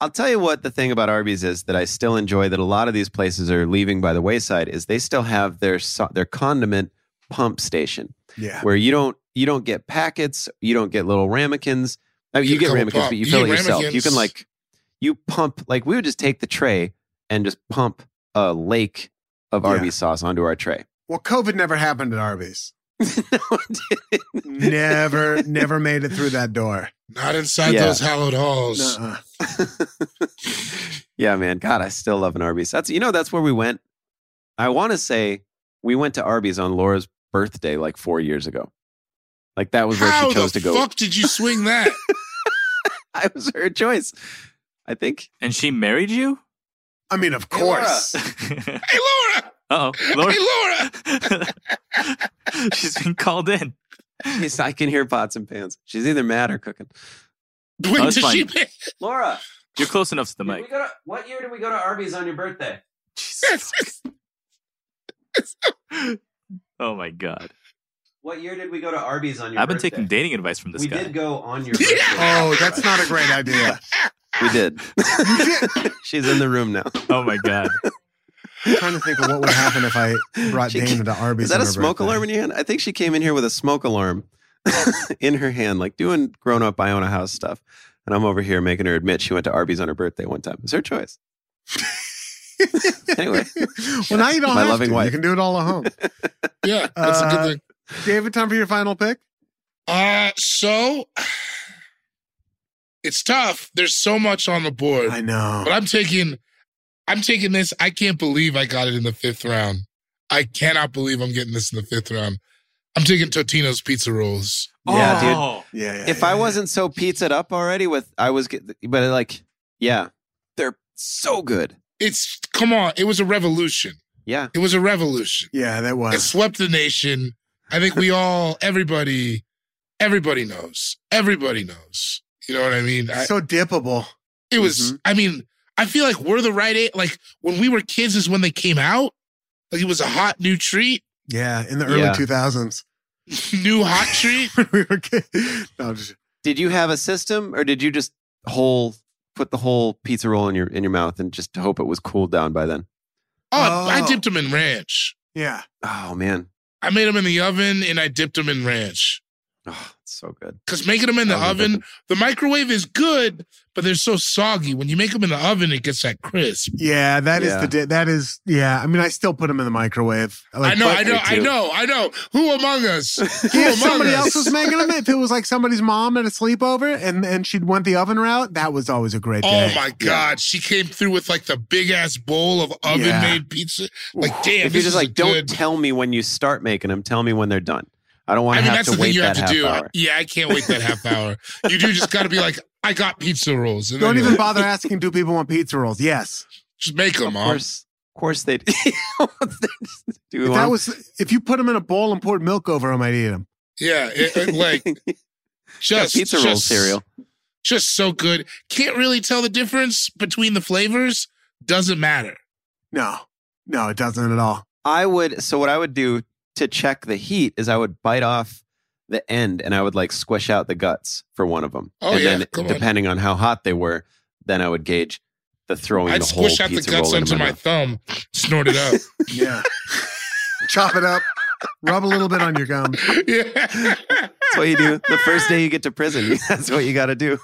I'll tell you what the thing about Arby's is that I still enjoy that a lot of these places are leaving by the wayside is they still have their so- their condiment pump station Yeah. where you don't you don't get packets, you don't get little ramekins. I mean, Get you a get couple ramekins, pump- but you you fill it get yourself. You ramekins. can like you pump like we would just take the tray and just pump a lake of Yeah. Arby's sauce onto our tray. <laughs> Well, COVID never happened at Arby's. No, it didn't. Never, never made it through that door. Not inside Yeah. those hallowed halls. Nuh-uh. yeah, man. God, I still love an Arby's. That's you know, that's where we went. I want to say we went to Arby's on Laura's birthday like four years ago. Like that was where How she chose the to go. <laughs> fuck did you swing that? I was her choice. I think. and she married you. <laughs> I mean, of course. <laughs> hey, Laura! oh, Hey, Laura. Laura! <laughs> She's been called in. Yes, I can hear pots and pans. She's either mad or cooking. Wait, That's did she <laughs> fine. Laura, You're close enough to the mic. what year did we go to Arby's on your birthday? Jesus. Oh my god! What year did we go to Arby's on I've been taking dating advice from this guy. go on <laughs> your birthday. Oh, that's not a great idea. <laughs> We did. <laughs> She's in the room now. oh my god! <laughs> I'm trying to think of what would happen if I brought She- Dana to Arby's. Is that on a her smoke birthday. alarm in your hand? I think she came in here with a smoke alarm <laughs> in her hand, like doing grown up Iona House stuff. And I'm over here making her admit she went to Arby's on her birthday one time. It's her choice. <laughs> anyway, <laughs> well, now you don't My have loving to. wife. You can do it all at home. Yeah, that's a Uh, good thing. David, time for your final pick. Uh, so <sighs> it's tough. There's so much on the board, I know. but I'm taking, I'm taking this. I can't believe I got it in the fifth round. I cannot believe I'm getting this in the fifth round. I'm taking Totino's pizza rolls. yeah, dude. oh, Yeah. yeah, If yeah, I yeah. wasn't so pizzaed up already with, I was, get- but like, yeah, they're so good. It's come on. It was a revolution. Yeah. It was a revolution. Yeah, that It was. swept the nation. I think we all, everybody, everybody knows. Everybody knows. You know what I mean? I, so dippable. it was. I mean, I feel like we're the right age. Like when we were kids is when they came out. Like it was a hot new treat, <laughs> Yeah, in the early Yeah. <laughs> 2000s. new hot treat. we were kid- no, I'm just- Did you have a system, or did you just whole put the whole pizza roll in your in your mouth and just hope it was cooled down by then? Oh, I Oh. dipped them in ranch. yeah. Oh man, I made them in the oven and I dipped them in ranch. oh, it's so good. Because making them in the I love oven, it. the microwave is good, but they're so soggy. When you make them in the oven, it gets that crisp. Yeah, that is Yeah. the di- that is yeah. I mean, I still put them in the microwave. I know, I me know, I too. know, I know. Who <laughs> among us? Who If among somebody us? else was making them, if it was like somebody's mom at a sleepover and and she'd went the oven route, that was always a great day. Oh my God. She came through with like the big ass bowl of oven made pizza. Like, if damn, this you're just is like, don't good. tell me when you start making them, tell me when they're done. I don't want I to mean, have to that's the thing wait you have that half to do. uh, hour. Yeah, I can't wait that half hour. You do just got to be like, I got pizza rolls. And Don't then even you're like, bother asking, do people want pizza rolls? Yes. Just make them, Of mom. course, of course they <laughs> do. you If want 'em? that was if you put them in a bowl and poured milk over them, I'd eat them. Yeah, it- it, like <laughs> Yeah, just pizza roll just- cereal. Just so good. Can't really tell the difference between the flavors. Doesn't matter. No, no, it doesn't at all. I would. So what I would do to check the heat is I would bite off the end and I would like squish out the guts for one of them. Oh, and yeah, Then come on. depending on. how hot they were, then I would gauge the throwing I'd the whole squish out the pizza guts roll into onto my mouth. thumb, snort it up. <laughs> Yeah, <laughs> chop it up, rub a little bit on your gum. yeah. That's what you do the first day you get to prison. <laughs> That's what you got to do.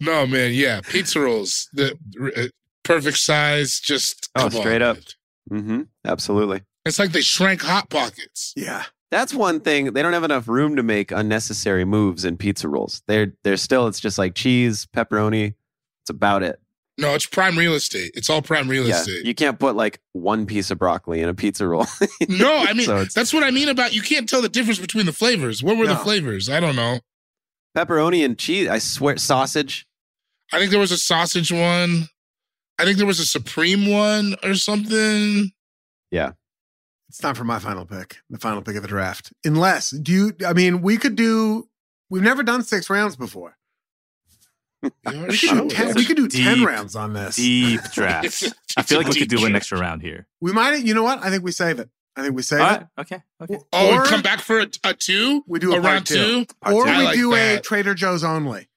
No, man. Yeah, pizza rolls. The uh, perfect size. Just Oh, come on, straight up. dude. Mm-hmm. Absolutely. It's like they shrank hot pockets. Yeah, That's one thing. They don't have enough room to make unnecessary moves in pizza rolls. They're they're still. It's just like cheese, pepperoni. It's about it. No, it's prime real estate. It's all prime real Yeah, <laughs> estate. you can't put like one piece of broccoli in a pizza roll. No, I mean So it's- that's what I mean about you can't tell the difference between the flavors. What were the No. flavors? I don't know. pepperoni and cheese. I swear, sausage. I think there was a sausage one. I think there was a supreme one or something. it's time for my final pick, the final pick of the draft. Unless do you? I mean, we could do. We've never done six rounds before. We could do Sure. ten. We could do ten Deep, rounds on this. Deep <laughs> draft. I feel like we could do an extra round here. We might. You know what? I think we save it. I think we save All it. right. Okay. Okay. Oh, Or- and come back for a, a two. We do a a part round two. two. Part or two. we I like do a that. Trader Joe's only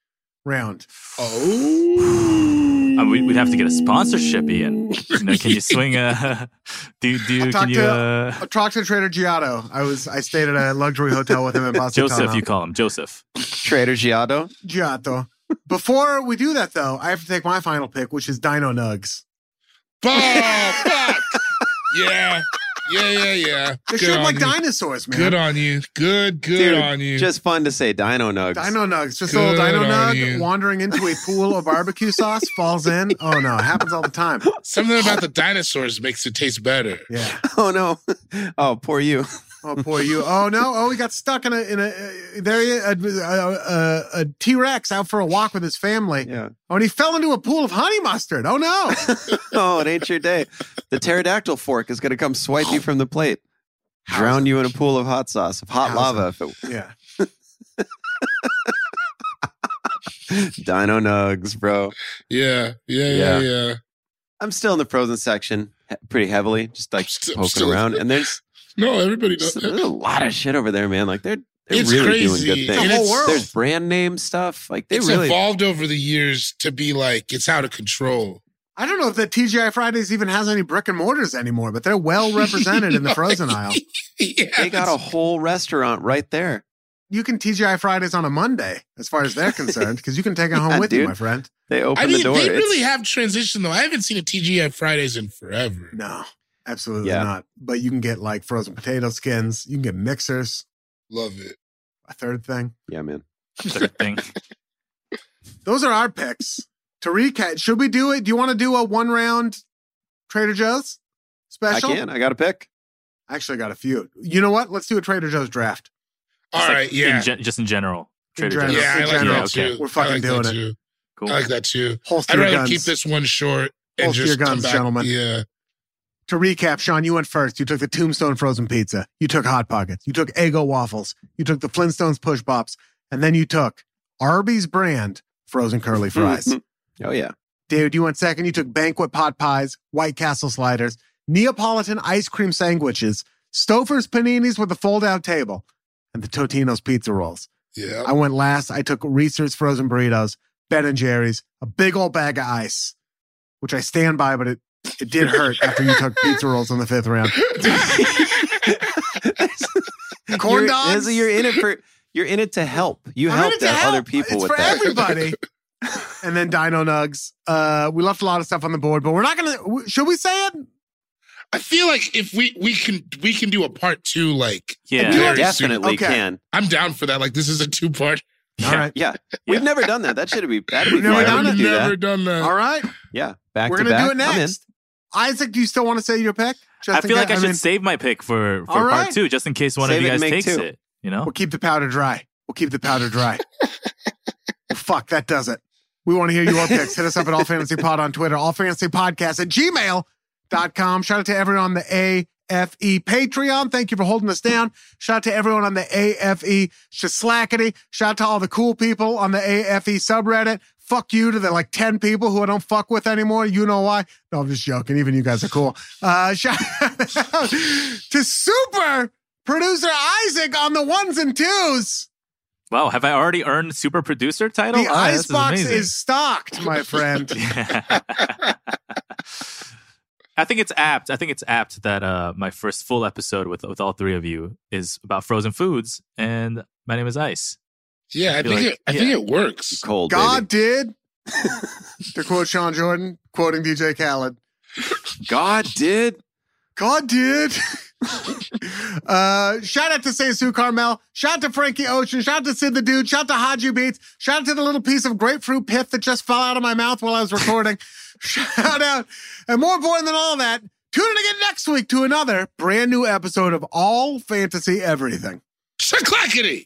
round. Oh, Uh, we, we'd have to get a sponsorship, Ian. You know, can you swing a? <laughs> Do do you, talk can you? to- Uh, I talked to Trader Giotto. I was I stayed at a luxury hotel with him in Boston. Joseph, you call him Joseph. Trader Giotto. Giotto. Before we do that though, I have to take my final pick, which is Dino Nugs. Oh, <laughs> fuck. yeah, yeah, yeah, yeah. They're Good shaped on like you. dinosaurs, man. Good on you. Good, good Dude, on you. Just fun to say dino nugs. Dino Nugs, just a little Dino Good on Nug you. wandering into a pool of barbecue <laughs> sauce, falls in. Oh no, it happens all the time. Something about the dinosaurs makes it taste better. Yeah. <laughs> Oh no. <laughs> Oh, poor you. Oh poor you. Oh no. Oh, he got stuck in a in a uh, there he- a a, a, a T Rex out for a walk with his family. Yeah. Oh, and he fell into a pool of honey mustard. Oh no. <laughs> Oh, it ain't your day. The pterodactyl fork is gonna come swipe you from the plate, drown you in a pool of hot sauce, of hot How's lava. If it, Yeah. <laughs> dino nugs, bro. Yeah, yeah, Yeah. yeah, yeah. I'm still in the frozen section he- pretty heavily, just like I'm still- poking still- <laughs> around. And there's, No, everybody there's does. a lot of shit over there, man. Like they're, they're It's really crazy. doing good The things. whole world. There's brand name stuff. Like they it's really evolved over the years to be like it's out of control. <laughs> I don't know if the TGI Fridays even has any brick and mortars anymore, but they're well represented in the <laughs> frozen aisle. yeah, they got a whole restaurant right there. You can TGI Fridays on a Monday, as far as they're concerned, because you can take it home <laughs> Yeah, with you, dude. my friend. They opened I mean, the door. they It's- really have transitioned though. I haven't seen a TGI Fridays in forever. No, absolutely Yeah. not. But you can get like frozen potato skins. You can get mixers. Love it. A third thing. yeah, man. <laughs> Third thing. Those are our picks. To recap, should we do it? Do you want to do a one round Trader Joe's I special? can. I got a pick. I actually got a few. You know what? Let's do a Trader Joe's draft. All Just right, like yeah, In gen- just in general. In Trader Joe's. general. yeah. I in like general. that too. Okay. We're fucking I like doing that it. Too. Cool. I like that too. Holster I'd your rather guns. keep this one short and Holster just your come guns, back. gentlemen. Yeah, To recap, Sean, you went first. You took the Tombstone frozen pizza. You took Hot Pockets. You took Eggo waffles. You took the Flintstones push pops, and then you took Arby's brand frozen curly fries. Oh yeah. Dude, you went second. You took banquet pot pies, White Castle sliders, Neapolitan ice cream sandwiches, Stouffer's paninis with a fold out table, and the Totino's pizza rolls. Yeah. <laughs> I went last. I took Reese's frozen burritos, Ben and Jerry's, a big old bag of ice, which I stand by, but it, it did hurt after you took pizza rolls in the fifth round. Corn you're, dogs. Izzy, You're in it for. You're in it to help. You I'm in help it to that help. other it's people with for that. <laughs> everybody. and then Dino Nugs. Uh, we left a lot of stuff on the board, but we're not gonna. w- Should we say it? I feel like if we we can we can do a part two. Like Yeah. You very soon. definitely Okay. can. I'm down for that. Like this is a two part. All right. Yeah, we've never done that. That should be. That'd be We've never done fun. We it. could do Never that. done that. All right. Yeah, back We're to gonna back. do it I'm in. next. Isaac, do you still want to say your pick? I Just in feel like ca- I should mean, save my pick for, for All part right. two, just in case one Save of it you and guys make takes two. it. You know, We'll keep the powder dry. We'll keep the powder dry. Well, fuck, that does it. We want to hear your picks. Hit us up at All Fantasy Pod on Twitter, All Fantasy Podcast at gmail.com. Shout out to everyone on the AFE Patreon. Thank you for holding us down. Shout out to everyone on the AFE Shislackety. Shout out to all the cool people on the AFE subreddit. Fuck you to the like 10 people who I don't fuck with anymore. You know why? No, I'm just joking. Even you guys are cool. Uh, <laughs> shout out to Super Producer Isaac on the ones and twos. wow, have I already earned super producer title? The Oh, this icebox is, amazing. stocked, my friend. <laughs> I think it's apt. I think it's apt that uh, my first full episode with with all three of you is about frozen foods, and my name is Ice. Yeah, I You're think like, it, I think yeah. it works. Cold. God God, did. to quote Sean Jordan, quoting DJ Khaled. God did. God did. <laughs> uh, shout out to Say Sue Carmel. Shout out to Frankie Ocean. Shout out to Sid the Dude. Shout out to Haju Beats. Shout out to the little piece of grapefruit pith that just fell out of my mouth while I was recording. shout out. And more important than all that, tune in again next week to another brand new episode of All Fantasy Everything. Shaklackety.